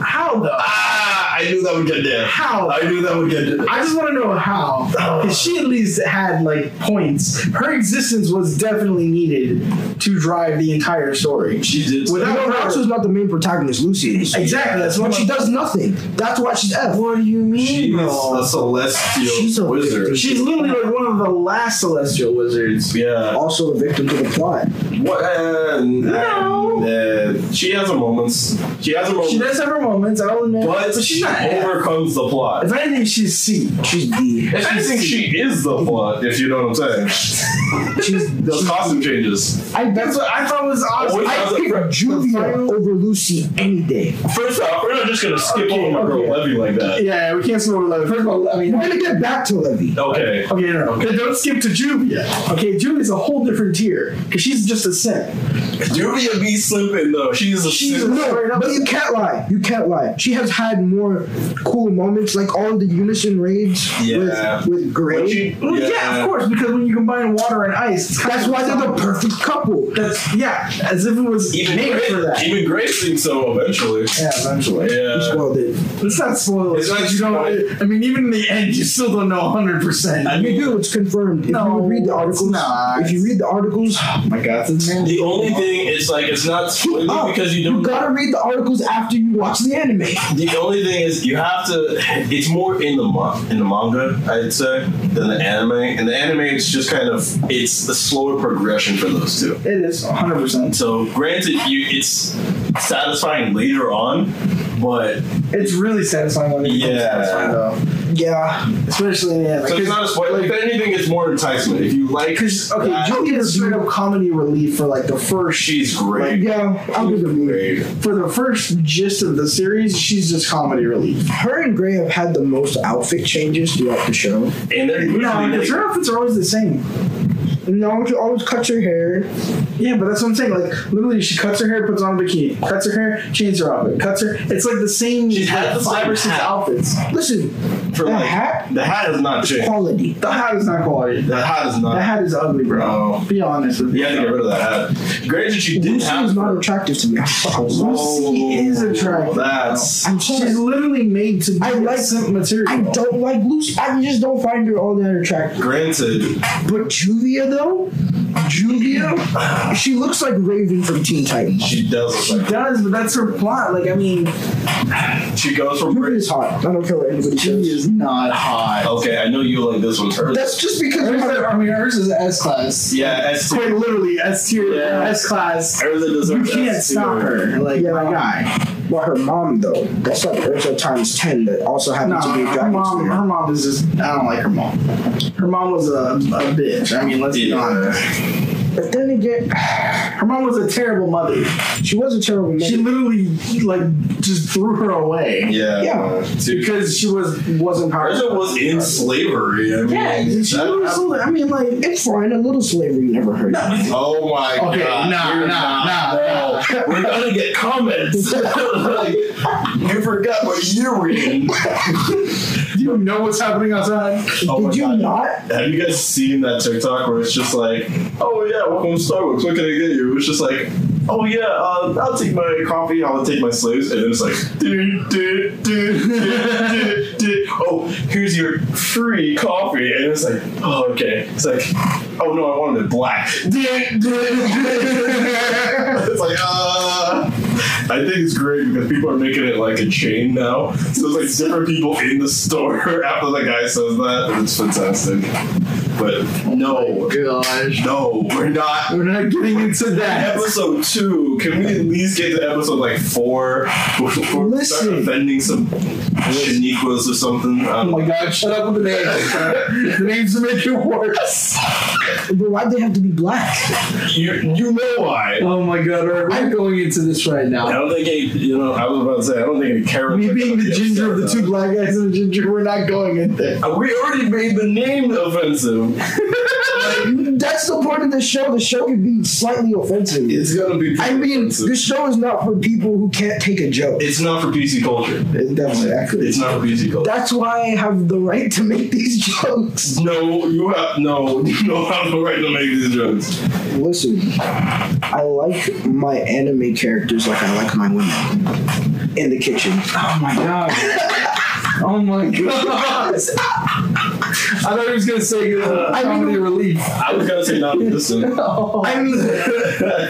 Speaker 1: How though?
Speaker 2: Ah, I knew that would get there.
Speaker 1: How?
Speaker 2: I knew that would get there.
Speaker 1: I just want to know how. 'Cause she at least had like points. Her existence was definitely needed to drive the entire story.
Speaker 2: She did.
Speaker 1: Without-
Speaker 3: No, Natsu's not the main protagonist. Lucy is.
Speaker 1: Exactly. That's
Speaker 3: But
Speaker 1: what
Speaker 3: she does nothing. That's why she's F.
Speaker 1: What do you mean?
Speaker 2: She's
Speaker 1: bro?
Speaker 2: a celestial
Speaker 3: She's a
Speaker 2: wizard.
Speaker 3: victim.
Speaker 1: She's literally like one of the last celestial wizards.
Speaker 2: Yeah.
Speaker 3: Also a victim to the plot.
Speaker 2: What? And,
Speaker 1: No.
Speaker 2: and, uh, she has her moments. She has her
Speaker 1: She
Speaker 2: moments.
Speaker 1: does have her moments, I'll admit.
Speaker 2: But,
Speaker 1: but she's
Speaker 2: she
Speaker 1: not. Over-
Speaker 2: overcomes the plot.
Speaker 1: if anything, she's C.
Speaker 3: She's D.
Speaker 2: If anything, she is the plot, if you know what I'm saying.
Speaker 3: She's
Speaker 2: The
Speaker 3: [laughs]
Speaker 2: costume changes.
Speaker 1: I, that's what I thought was awesome. [laughs]
Speaker 2: Always
Speaker 1: I
Speaker 2: has a-
Speaker 1: think
Speaker 3: Julia over Lucy any day.
Speaker 2: First off, we're not just gonna skip
Speaker 1: Okay,
Speaker 2: over my
Speaker 1: okay.
Speaker 2: girl Levy like that.
Speaker 1: Yeah, we can't spoil that. First of all, I mean,
Speaker 3: We're gonna get back to Levy.
Speaker 2: Okay.
Speaker 1: Okay, no, no. Then Don't skip to Juvia. Okay, Juvia's a whole different tier because she's just a simp.
Speaker 2: Juvia be slipping though. She's a
Speaker 1: She's
Speaker 2: simp.
Speaker 1: a-
Speaker 3: No, but you can't lie. You can't lie. She has had more cool moments, like all the unison raids
Speaker 2: Yeah.
Speaker 3: with with
Speaker 2: But
Speaker 3: Gray.
Speaker 2: she-
Speaker 1: Well, yeah. of course, because when you combine water and ice, it's kind
Speaker 3: That's
Speaker 1: of-
Speaker 3: why they're the perfect couple.
Speaker 1: That's yeah, as if it was
Speaker 2: Even
Speaker 1: made
Speaker 2: Grace,
Speaker 1: for that.
Speaker 2: even Grace thinks so eventually.
Speaker 1: Yeah, eventually.
Speaker 3: You
Speaker 2: Yeah.
Speaker 3: spoiled it.
Speaker 1: Let's not spoil it.
Speaker 2: It's not
Speaker 1: because you don't,
Speaker 2: spoiled.
Speaker 1: I mean, even in the end, you still don't know 100%.
Speaker 2: I
Speaker 3: You
Speaker 2: mean,
Speaker 3: do. It's confirmed. If
Speaker 1: No,
Speaker 3: you would read the
Speaker 1: it's
Speaker 3: articles,
Speaker 1: not.
Speaker 3: if you read the articles,
Speaker 1: oh my god, this man.
Speaker 2: the only thing it's like it's not spoiling
Speaker 3: oh,
Speaker 2: because you don't.
Speaker 3: gotta read the articles after you watch the anime.
Speaker 2: the only thing is you have to. It's more in the ma- in the manga, I'd say, than the anime. And the anime, it's just kind of it's the slower progression for those two.
Speaker 1: It is 100%.
Speaker 2: So granted, you it's satisfying later on, But
Speaker 1: It's really satisfying when it becomes
Speaker 2: Yeah.
Speaker 1: satisfying though.
Speaker 3: Yeah,
Speaker 1: Especially yeah, like
Speaker 2: so it's
Speaker 1: 'cause-
Speaker 2: not a spoiler. If anything, it's more enticement. If you like,
Speaker 1: Because okay,
Speaker 2: that,
Speaker 1: you'll get straight up comedy relief for like the first.
Speaker 2: she's great.
Speaker 1: Like, yeah, I'll give
Speaker 2: she's
Speaker 1: them
Speaker 2: great.
Speaker 1: for the first gist of the series. She's just comedy relief.
Speaker 3: her and Gray have had the most outfit changes throughout the show.
Speaker 2: And they're usually
Speaker 1: No, because
Speaker 2: like,
Speaker 1: her outfits are always the same.
Speaker 3: No, she always cuts her hair.
Speaker 1: Yeah, but that's what I'm saying. Like literally, she cuts her hair, puts on a bikini, cuts her hair, changes her outfit, cuts her. It's like the same.
Speaker 2: She's
Speaker 1: like,
Speaker 2: had the
Speaker 1: five
Speaker 2: same
Speaker 1: or six
Speaker 2: hat.
Speaker 1: outfits.
Speaker 3: Listen,
Speaker 2: for
Speaker 3: the
Speaker 2: like,
Speaker 3: hat,
Speaker 2: the hat has not changed.
Speaker 3: quality.
Speaker 1: The hat is not quality.
Speaker 2: The hat is not.
Speaker 1: The hat is ugly, bro.
Speaker 2: No.
Speaker 1: Be honest with me.
Speaker 2: You have to get rid of that hat. Great that you didn't
Speaker 3: Lucy
Speaker 2: have. Oh,
Speaker 3: is not attractive to me.
Speaker 1: Lucy is attractive.
Speaker 2: That's
Speaker 3: I'm sorry.
Speaker 1: She's literally made to be
Speaker 3: I like-
Speaker 1: simp material.
Speaker 3: I don't like Lucy. I just don't find her all that attractive.
Speaker 2: granted.
Speaker 3: But Julia though, Julia, she looks like Raven from Teen Titans.
Speaker 2: She does look like
Speaker 1: does, but that's her plot. Like I mean,
Speaker 2: she goes from.
Speaker 3: Julia
Speaker 2: Brit-
Speaker 3: is hot. I don't care what anybody
Speaker 1: she
Speaker 3: says.
Speaker 1: is not hot.
Speaker 2: Okay, I know you like this one first.
Speaker 3: That's just because of
Speaker 1: Hers,
Speaker 3: her.
Speaker 1: I mean, hers is S class.
Speaker 2: [laughs] yeah, S
Speaker 1: Quite literally S tier,
Speaker 2: Yeah.
Speaker 1: S class.
Speaker 2: Erza
Speaker 1: You
Speaker 2: deserves
Speaker 1: can't
Speaker 2: S tier.
Speaker 1: stop her. Like
Speaker 3: Yeah.
Speaker 1: my guy.
Speaker 3: Well, her mom though. That's like Urza times ten. That also
Speaker 1: No,
Speaker 3: happens to be a
Speaker 1: her
Speaker 3: dragon.
Speaker 1: mom.
Speaker 3: slayer.
Speaker 1: Her mom is just. I don't like her mom. Her mom was a, a bitch. I mean, let's be honest.
Speaker 2: Yeah.
Speaker 3: But then again,
Speaker 1: Her mom was a terrible mother.
Speaker 3: she was a terrible mother.
Speaker 1: She literally like just threw her away
Speaker 2: Yeah.
Speaker 3: Yeah.
Speaker 2: Dude,
Speaker 1: because she was wasn't
Speaker 2: Erza
Speaker 1: powerful.
Speaker 2: was in slavery. I mean,
Speaker 1: Yeah, she was.
Speaker 2: that-
Speaker 1: I mean, like
Speaker 3: it's fine. A little slavery never hurt.
Speaker 2: Oh my
Speaker 1: Okay,
Speaker 2: god.
Speaker 1: nah,
Speaker 2: You're
Speaker 1: nah,
Speaker 2: not-
Speaker 1: nah.
Speaker 2: no. We're gonna get comments. [laughs] like, you forgot what you're reading.
Speaker 1: Do you know what's happening outside? [laughs]
Speaker 2: Oh my
Speaker 3: Did you
Speaker 2: God.
Speaker 3: not?
Speaker 2: Have you guys seen that TikTok where it's just like, oh yeah, welcome to Starbucks, what can I get you? It's just like, oh yeah, uh, I'll take my coffee, I'll take my slaves, and then it's like, [laughs] do, do, do, do, do, do. oh, here's your free coffee. And it's like, oh, okay. It's like, oh no, I wanted it black. [laughs] it's like, uh, I think it's great because people are making it like a chain now. So it's like different people in the store [laughs] after the guy says that. and It's fantastic. But no,
Speaker 1: Gosh.
Speaker 2: no, we're not.
Speaker 1: We're not getting into that.
Speaker 2: Episode two. Can we at least get to episode like four before we start
Speaker 3: Listen.
Speaker 2: offending some Shaniquas or something? I
Speaker 1: Oh
Speaker 2: don't know.
Speaker 1: my god, shut up with the
Speaker 3: [laughs]
Speaker 1: names. the names make it worse.
Speaker 3: But why'd they have to be black?
Speaker 2: You you know why?
Speaker 1: Oh my god, are we going into this right
Speaker 2: I
Speaker 1: now?
Speaker 2: don't think any, you know. I was about to say I don't think any character.
Speaker 1: Me being the ginger of the two black guys and the ginger, we're not going in there.
Speaker 2: We already made the name offensive.
Speaker 3: That's the point of the show. The show can be slightly offensive.
Speaker 2: It's gonna be.
Speaker 3: I mean,
Speaker 2: offensive.
Speaker 3: this show is not for people who can't take a joke.
Speaker 2: it's not for PC culture.
Speaker 3: Exactly.
Speaker 2: It's not for PC culture.
Speaker 3: That's why I have the right to make these jokes.
Speaker 2: no, you have no. [laughs] You don't have the right to make these jokes.
Speaker 1: [laughs]
Speaker 3: Listen, I like my anime characters like I like my women in the kitchen.
Speaker 1: Oh my god. Oh my [laughs] god. I thought he was gonna say
Speaker 2: [laughs]
Speaker 1: uh,
Speaker 3: I mean-
Speaker 1: comedy relief. [laughs]
Speaker 2: I was gonna say not
Speaker 3: [laughs]
Speaker 2: listen.
Speaker 3: I mean,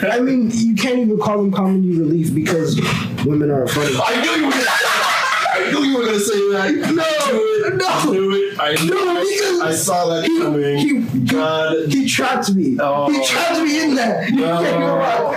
Speaker 3: [laughs] I mean, you can't even call them comedy relief because women are funny.
Speaker 2: I knew you were. Gonna, I knew you were gonna say that. No, no, I knew it. I knew
Speaker 3: No,
Speaker 2: it.
Speaker 3: because
Speaker 2: I saw that coming.
Speaker 3: he-
Speaker 2: God.
Speaker 3: He trapped me.
Speaker 2: Oh.
Speaker 3: He trapped me in that.
Speaker 2: No.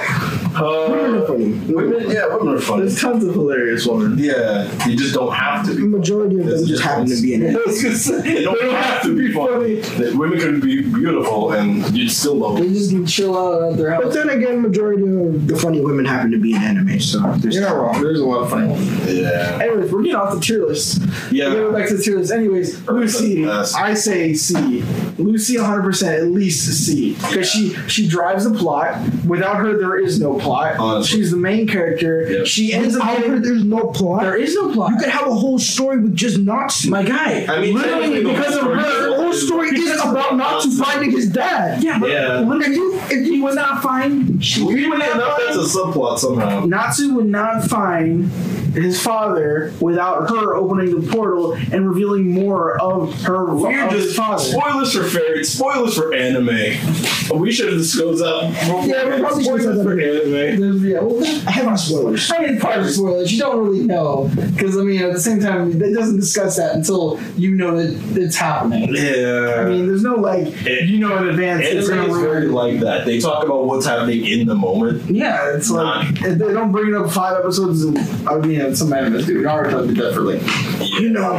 Speaker 3: Women
Speaker 2: Uh,
Speaker 3: are funny.
Speaker 2: women, yeah, women are funny.
Speaker 1: There's tons of hilarious women.
Speaker 2: Yeah, you just don't have to
Speaker 3: The
Speaker 2: be.
Speaker 3: majority of
Speaker 2: This
Speaker 3: them
Speaker 2: is
Speaker 3: just happen to be in it.
Speaker 1: I was gonna say,
Speaker 2: [laughs] They don't have to be funny. That Women can be beautiful and you'd still love them.
Speaker 1: They just can chill out at their
Speaker 3: But
Speaker 1: house.
Speaker 3: then again, majority of the funny women happen to be in anime, so there's
Speaker 1: You're not wrong. There's a lot of funny ones.
Speaker 2: Yeah.
Speaker 1: Anyways, we're getting off the tier list.
Speaker 2: Yeah.
Speaker 1: We're going back to the tier list. Anyways, Lucy,
Speaker 2: Yes.
Speaker 1: I say C. Lucy, 100% at least C. Because she, she drives the plot. Without her, there is no plot.
Speaker 2: Honestly.
Speaker 1: She's the main character.
Speaker 2: Yep.
Speaker 1: She ends up
Speaker 3: Without her,
Speaker 1: getting,
Speaker 3: there's no plot.
Speaker 1: There is no plot.
Speaker 3: You could have a whole story with just Natsu.
Speaker 1: My guy.
Speaker 2: I mean,
Speaker 1: literally
Speaker 2: technically the
Speaker 1: because of
Speaker 2: whole story
Speaker 1: her.
Speaker 2: is-
Speaker 3: The whole story is about Natsu finding his dad.
Speaker 1: Yeah, but
Speaker 2: Yeah.
Speaker 1: literally, if you would not find, she
Speaker 2: Weirdly
Speaker 1: would
Speaker 2: enough,
Speaker 1: not
Speaker 2: that's a
Speaker 1: find
Speaker 2: subplot somehow.
Speaker 1: Natsu would not find his father without her opening the portal and revealing more of her
Speaker 2: We're
Speaker 1: of his
Speaker 2: just
Speaker 1: father.
Speaker 2: spoilers for fairy, spoilers for anime. We should have disclosed that.
Speaker 3: Yeah, we probably should've
Speaker 2: spoilers
Speaker 3: said that.
Speaker 2: for anime.
Speaker 1: anyway. There's- Yeah, well, that-
Speaker 3: I have my spoilers.
Speaker 1: I mean, it's part of spoilers. You don't really know because I mean, at the same time, it doesn't discuss that until you know that it's happening.
Speaker 2: Yeah.
Speaker 1: I mean, there's no like
Speaker 2: It-
Speaker 1: you know in advance
Speaker 2: Anime
Speaker 1: it's
Speaker 2: is
Speaker 1: gonna
Speaker 2: very
Speaker 1: ruin.
Speaker 2: like that. They talk about what's happening in the moment.
Speaker 1: Yeah, it's like if they don't bring it up five episodes. I mean, some anime dude, Naruto did that for like
Speaker 2: You
Speaker 1: know.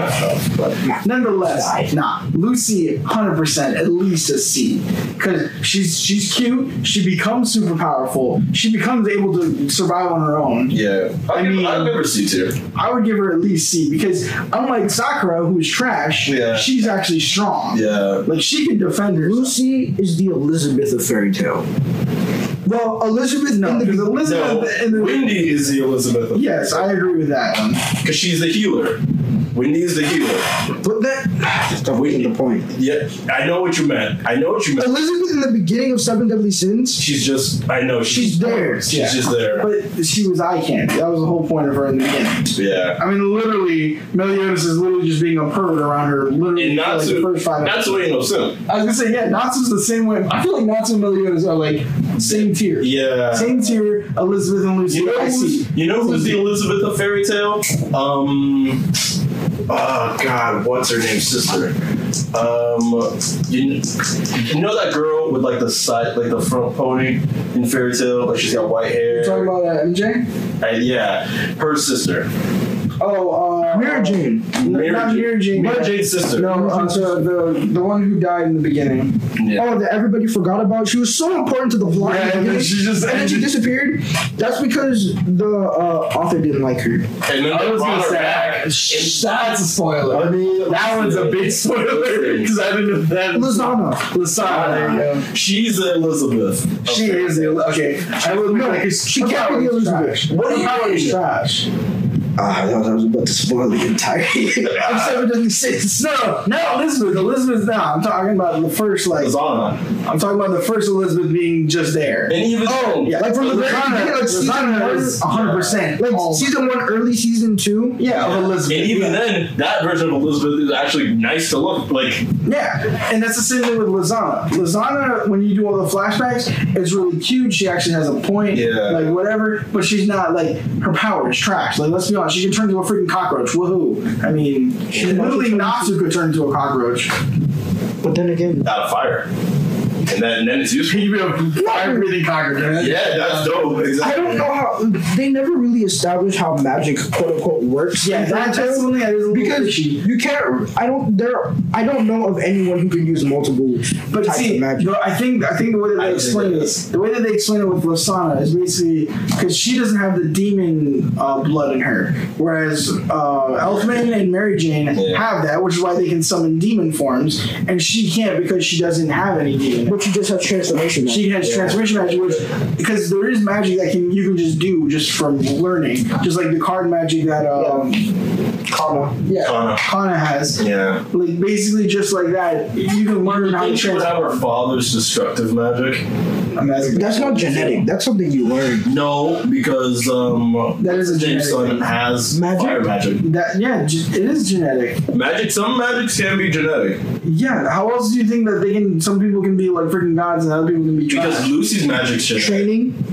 Speaker 2: But
Speaker 1: Nonetheless, nah, Lucy, hundred percent, at least a C, because she's she's cute. She becomes super powerful. She becomes able to survive on her own.
Speaker 2: yeah. I mean,
Speaker 1: mean-
Speaker 2: I've never seen tier.
Speaker 1: I would give her at least C because unlike Sakura, who's trash,
Speaker 2: Yeah.
Speaker 1: she's actually strong.
Speaker 2: Yeah.
Speaker 1: Like she can defend herself.
Speaker 3: Lucy is the Elizabeth of fairy tale.
Speaker 1: Well, Elizabeth, no, because Elizabeth,
Speaker 2: No,
Speaker 1: in the,
Speaker 2: Wendy is the Elizabeth
Speaker 1: yes, I agree with that. one.
Speaker 2: because she's the healer. Wendy is the healer.
Speaker 3: But that stop wasting the point.
Speaker 2: Yeah, I know what you meant. I know what you meant.
Speaker 3: Elizabeth in the beginning of Seven Deadly Sins,
Speaker 2: She's just. I know she's,
Speaker 3: she's there.
Speaker 2: She's
Speaker 1: yeah.
Speaker 2: just there.
Speaker 1: But she was eye candy. That was the whole point of her in the beginning.
Speaker 2: Yeah.
Speaker 1: I mean, literally, Meliodas is literally just being a pervert around her. Literally,
Speaker 2: And
Speaker 1: for, like the
Speaker 2: Natsu,
Speaker 1: first five.
Speaker 2: Natsu ain't no simp.
Speaker 1: I was gonna say, yeah, Natsu's the same way. I feel like Natsu and Meliodas are like same tier.
Speaker 2: Yeah.
Speaker 1: Same tier, Elizabeth and Lucy.
Speaker 2: You know
Speaker 1: I see.
Speaker 2: who's, you know who's the Elizabeth of fairy tale? Um, oh God, what's her name? Sister. Um, you, you know that girl with like the side, like the front pony in fairy tale, like she's got white hair.
Speaker 1: Talking about uh, MJ?
Speaker 2: And yeah, her sister,
Speaker 1: Oh, uh,
Speaker 3: Mary Jane.
Speaker 1: No, not Mary Jane.
Speaker 2: Mary Jane's sister.
Speaker 1: No, uh, the, the the one who died in the beginning.
Speaker 2: Yeah.
Speaker 3: Oh, that everybody forgot about. She was so important to the plot. in
Speaker 1: Yeah,
Speaker 3: the
Speaker 1: and then
Speaker 3: beginning,
Speaker 1: she just-
Speaker 3: and then she disappeared. That's because the uh, author didn't like her.
Speaker 2: And then they brought her back.
Speaker 1: sh- that's a spoiler.
Speaker 2: I mean,
Speaker 1: that one's a big spoiler because I didn't know that.
Speaker 3: Lozana.
Speaker 1: Lasana, there you go.
Speaker 2: She's the Elizabeth. of
Speaker 1: She
Speaker 2: fairy
Speaker 1: is the
Speaker 2: tale.
Speaker 1: okay. I will admit, like, she
Speaker 3: Her
Speaker 1: can't
Speaker 3: power
Speaker 1: be
Speaker 3: is
Speaker 1: Elizabeth.
Speaker 3: trash.
Speaker 1: What
Speaker 2: Her
Speaker 1: do
Speaker 2: power
Speaker 1: you
Speaker 2: is
Speaker 1: mean? Trash.
Speaker 3: Ah, I thought I was about to spoil the entire [laughs] of Seven Deadly Sins.
Speaker 1: No, not Elizabeth. Elizabeth's not. I'm talking about the first like.
Speaker 2: Lozana.
Speaker 1: I'm talking about the first Elizabeth being just there.
Speaker 2: And even oh,
Speaker 1: Yeah,
Speaker 3: Like, from the very beginning, [laughs] like, season one-
Speaker 1: is 100 percent
Speaker 3: Like season one, early season two.
Speaker 1: yeah of Elizabeth.
Speaker 2: And even
Speaker 1: yeah.
Speaker 2: then, that version of Elizabeth is actually nice to look. Like,
Speaker 1: Yeah, and that's the same thing with Lozana. Lozana, when you do all the flashbacks, it's really cute. She actually has a point,
Speaker 2: Yeah.
Speaker 1: like whatever. But she's not like her power is trash. Like let's be honest, she can turn into a freaking cockroach. Woohoo! I mean, she literally Natsu could turn into a cockroach.
Speaker 3: But then again,
Speaker 2: out of fire. And then, and then it's useful.
Speaker 1: You'd be a fire-breathing cockroach. man.
Speaker 2: Yeah, that's dope.
Speaker 3: I
Speaker 2: Exactly.
Speaker 3: don't know how they never really establish how magic, quote unquote, works.
Speaker 1: Yeah,
Speaker 3: in fairy
Speaker 1: that,
Speaker 3: tale.
Speaker 1: that's something that is a little
Speaker 3: because
Speaker 1: fishy.
Speaker 3: you can't. I don't. There. I don't know of anyone who can use multiple
Speaker 1: But
Speaker 3: types
Speaker 1: see,
Speaker 3: of magic.
Speaker 1: no, I think I think the way that
Speaker 2: I
Speaker 1: they
Speaker 2: agree
Speaker 1: explain
Speaker 2: with
Speaker 1: this, the way that they explain it with Losana is basically because she doesn't have the demon uh, blood in her, whereas uh, Elfman and Mary Jane
Speaker 2: Yeah.
Speaker 1: have that, which is why they can summon demon forms, and she can't because she doesn't have any demon.
Speaker 3: But you just have transformation. magic.
Speaker 1: She has transmission magic, which because there is magic that can you can just do just from learning, just like the card magic that um,
Speaker 3: Karma.
Speaker 1: yeah,
Speaker 2: Kana.
Speaker 1: Kana has.
Speaker 2: Yeah.
Speaker 1: Like basically, just like that, you can learn how to
Speaker 2: She would
Speaker 1: transform.
Speaker 2: have her father's destructive magic.
Speaker 1: I mean, that's-
Speaker 3: That's not genetic. That's something you learn.
Speaker 2: No, because um,
Speaker 1: That is a genetic
Speaker 2: Jameson
Speaker 1: thing.
Speaker 2: has
Speaker 3: Magic?
Speaker 2: fire magic.
Speaker 1: That yeah, ge- it is genetic.
Speaker 2: Magic. Some magics can be genetic
Speaker 1: Yeah, how else do you think that they can? Some people can be like freaking gods, and other people can be
Speaker 2: because
Speaker 1: trash.
Speaker 2: Lucy's magic's genetic.
Speaker 3: Training.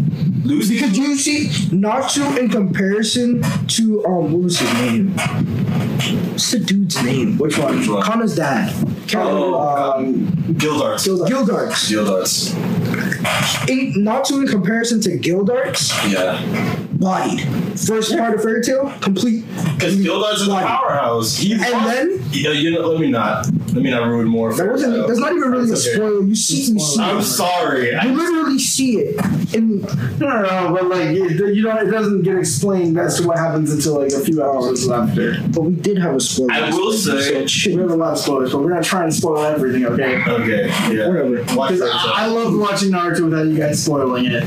Speaker 2: Lucy
Speaker 3: Because you see, Natsu in comparison to um, what was his name? What's the dude's name?
Speaker 1: Which one?
Speaker 2: one?
Speaker 3: Kana's dad.
Speaker 2: Oh,
Speaker 1: Um,
Speaker 2: Gildarts.
Speaker 1: Gilda.
Speaker 3: Gildarks.
Speaker 2: Gildarts.
Speaker 3: In, Natsu in comparison to Gildarks,
Speaker 2: Yeah.
Speaker 3: bodied. First part of fairy tale, complete.
Speaker 2: Because Gildarts is a
Speaker 3: Why?
Speaker 2: powerhouse. He
Speaker 3: And then
Speaker 2: Yeah, you know, let me not. Let me not ruin more.
Speaker 3: that wasn't. That's not even really a
Speaker 2: It's okay.
Speaker 3: spoiler. You see, you see.
Speaker 2: I'm
Speaker 3: it.
Speaker 2: sorry.
Speaker 3: You
Speaker 2: I,
Speaker 3: literally see it. In
Speaker 1: no, no, no, but like it, you know, it doesn't get explained as to what happens until like a few hours after.
Speaker 3: but we did have a spoiler.
Speaker 2: I will say.
Speaker 1: We have a lot of spoilers, but we're not trying to spoil everything, okay?
Speaker 2: Okay. Yeah.
Speaker 3: Whatever.
Speaker 2: Watch
Speaker 1: Because
Speaker 2: that.
Speaker 1: I, I love watching Naruto without you guys spoiling it.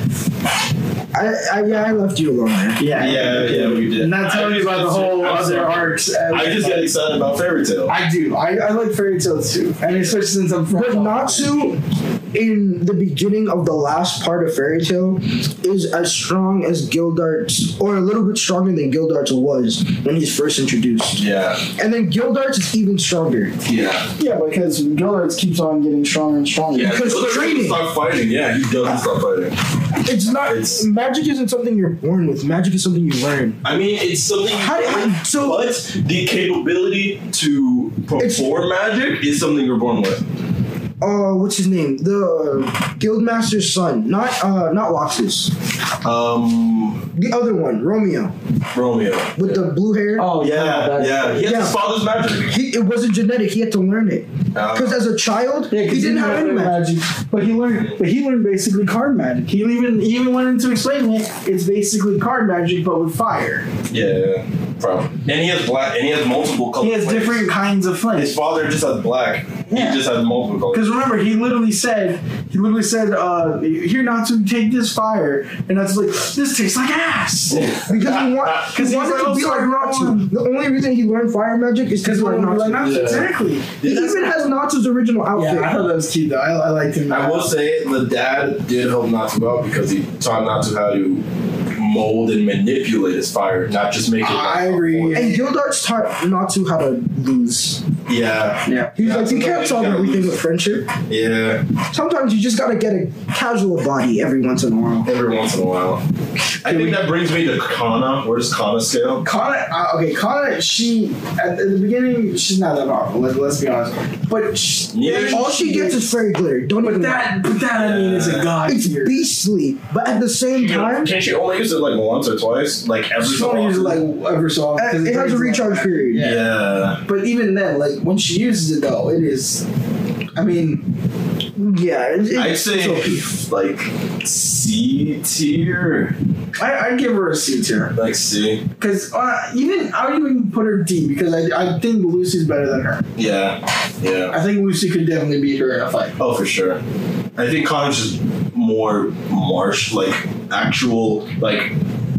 Speaker 3: I, I, yeah, I left you alone, man.
Speaker 1: Yeah,
Speaker 2: Yeah, yeah, we did.
Speaker 1: And not telling you about the whole
Speaker 2: I'm
Speaker 1: other
Speaker 2: sorry.
Speaker 1: arcs. and-
Speaker 2: I just get excited about fairy tale.
Speaker 1: I do. I, I like fairy tales too, and especially since I'm
Speaker 3: But
Speaker 1: from
Speaker 3: Natsu, in the beginning of the last part of Fairy Tale is as strong as Gildart's, or a little bit stronger than Gildart's was when he's first introduced.
Speaker 2: Yeah,
Speaker 3: And then Gildart's is even stronger.
Speaker 2: yeah,
Speaker 1: Yeah, because Gillards keeps on getting stronger and stronger.
Speaker 2: yeah.
Speaker 3: Because
Speaker 2: Look, he
Speaker 3: training. Ah.
Speaker 2: Stop fighting. Yeah, he doesn't stop fighting.
Speaker 3: It's not
Speaker 2: It's-
Speaker 3: magic isn't something you're born with. Magic is something you learn.
Speaker 2: I mean, it's something.
Speaker 3: How do you- so-
Speaker 2: but the capability to perform magic is something you're born with.
Speaker 3: Uh, what's his name? The Guildmaster's son, not uh, not Loxus.
Speaker 2: Um,
Speaker 3: The other one, Romeo,
Speaker 2: Romeo.
Speaker 3: with the blue hair.
Speaker 1: Oh
Speaker 2: Yeah,
Speaker 1: that's-
Speaker 2: yeah. He has
Speaker 3: Yeah.
Speaker 2: his father's magic.
Speaker 3: He, it wasn't genetic. He had to learn it
Speaker 2: Uh,
Speaker 3: because as a child,
Speaker 1: Yeah, 'cause
Speaker 3: he didn't have any magic.
Speaker 1: but he learned. But he learned basically card magic. He even he even went into explaining it. It's basically card magic, but with fire.
Speaker 2: yeah, probably. And he has black. And he has multiple colors.
Speaker 1: He has different kinds of
Speaker 2: His
Speaker 1: flames.
Speaker 2: father just has black.
Speaker 1: Yeah.
Speaker 2: He just has multiple colors.
Speaker 1: Because remember, he literally said, he literally said, uh, "Here, not to take this fire," and that's like, "This tastes like
Speaker 2: [laughs]
Speaker 1: ass."
Speaker 3: Because he, want, he
Speaker 1: 'Cause he's
Speaker 3: wanted
Speaker 1: like,
Speaker 3: to
Speaker 1: "Oh,
Speaker 3: be like
Speaker 1: sorry, wrong."
Speaker 3: Natsu. The only reason he learned fire magic is
Speaker 1: Because
Speaker 3: because he
Speaker 1: we're not
Speaker 3: learned Natsu.
Speaker 1: Nazi,
Speaker 2: Yeah.
Speaker 1: exactly.
Speaker 3: He even has Natsu's original outfit.
Speaker 1: Yeah, I thought that was cute though. I, I liked him.
Speaker 2: I will say the dad did help Natsu out because he taught Natsu how to mold and manipulate his fire, not just make it.
Speaker 1: I agree.
Speaker 3: And Gildart's taught Natsu how to lose.
Speaker 2: Yeah,
Speaker 1: Yeah.
Speaker 3: He's
Speaker 2: Yeah,
Speaker 3: like, you can't
Speaker 2: sometimes
Speaker 3: solve
Speaker 2: you gotta
Speaker 3: everything
Speaker 2: lose.
Speaker 3: with friendship.
Speaker 2: yeah.
Speaker 3: Sometimes you just gotta get a casual body every once in a while.
Speaker 2: Every once in a while. I think that brings me to Kana. Where's Kana scale?
Speaker 1: Kana, uh, okay, Kana, she at the, at the beginning, she's not that powerful. Let, let's be honest. But she,
Speaker 2: Yeah.
Speaker 3: All she gets is fairy glitter. Don't
Speaker 1: But
Speaker 3: even.
Speaker 1: that, but that, I mean, is a god
Speaker 3: it's
Speaker 1: tier.
Speaker 3: beastly, but at the same time,
Speaker 2: Can't she only use it like once or twice? Like every
Speaker 1: She
Speaker 2: so
Speaker 1: only uses
Speaker 2: often?
Speaker 1: like ever so often.
Speaker 3: uh,
Speaker 1: 'cause
Speaker 3: it has a
Speaker 1: takes
Speaker 3: recharge
Speaker 1: long.
Speaker 3: period.
Speaker 1: Yeah.
Speaker 2: Yeah.
Speaker 1: But even then, like when she uses it though, it is. I mean,
Speaker 3: Yeah, it- it-
Speaker 2: I'd
Speaker 3: it's
Speaker 2: say
Speaker 3: okay.
Speaker 2: like C tier.
Speaker 1: I, I'd give her a C tier
Speaker 2: Like C.
Speaker 1: because uh, even I would even put her D because I, I think Lucy's better than her.
Speaker 2: Yeah. Yeah.
Speaker 1: I think Lucy could definitely beat her in a fight.
Speaker 2: Oh, for sure. I think Kana's just more marsh, like actual like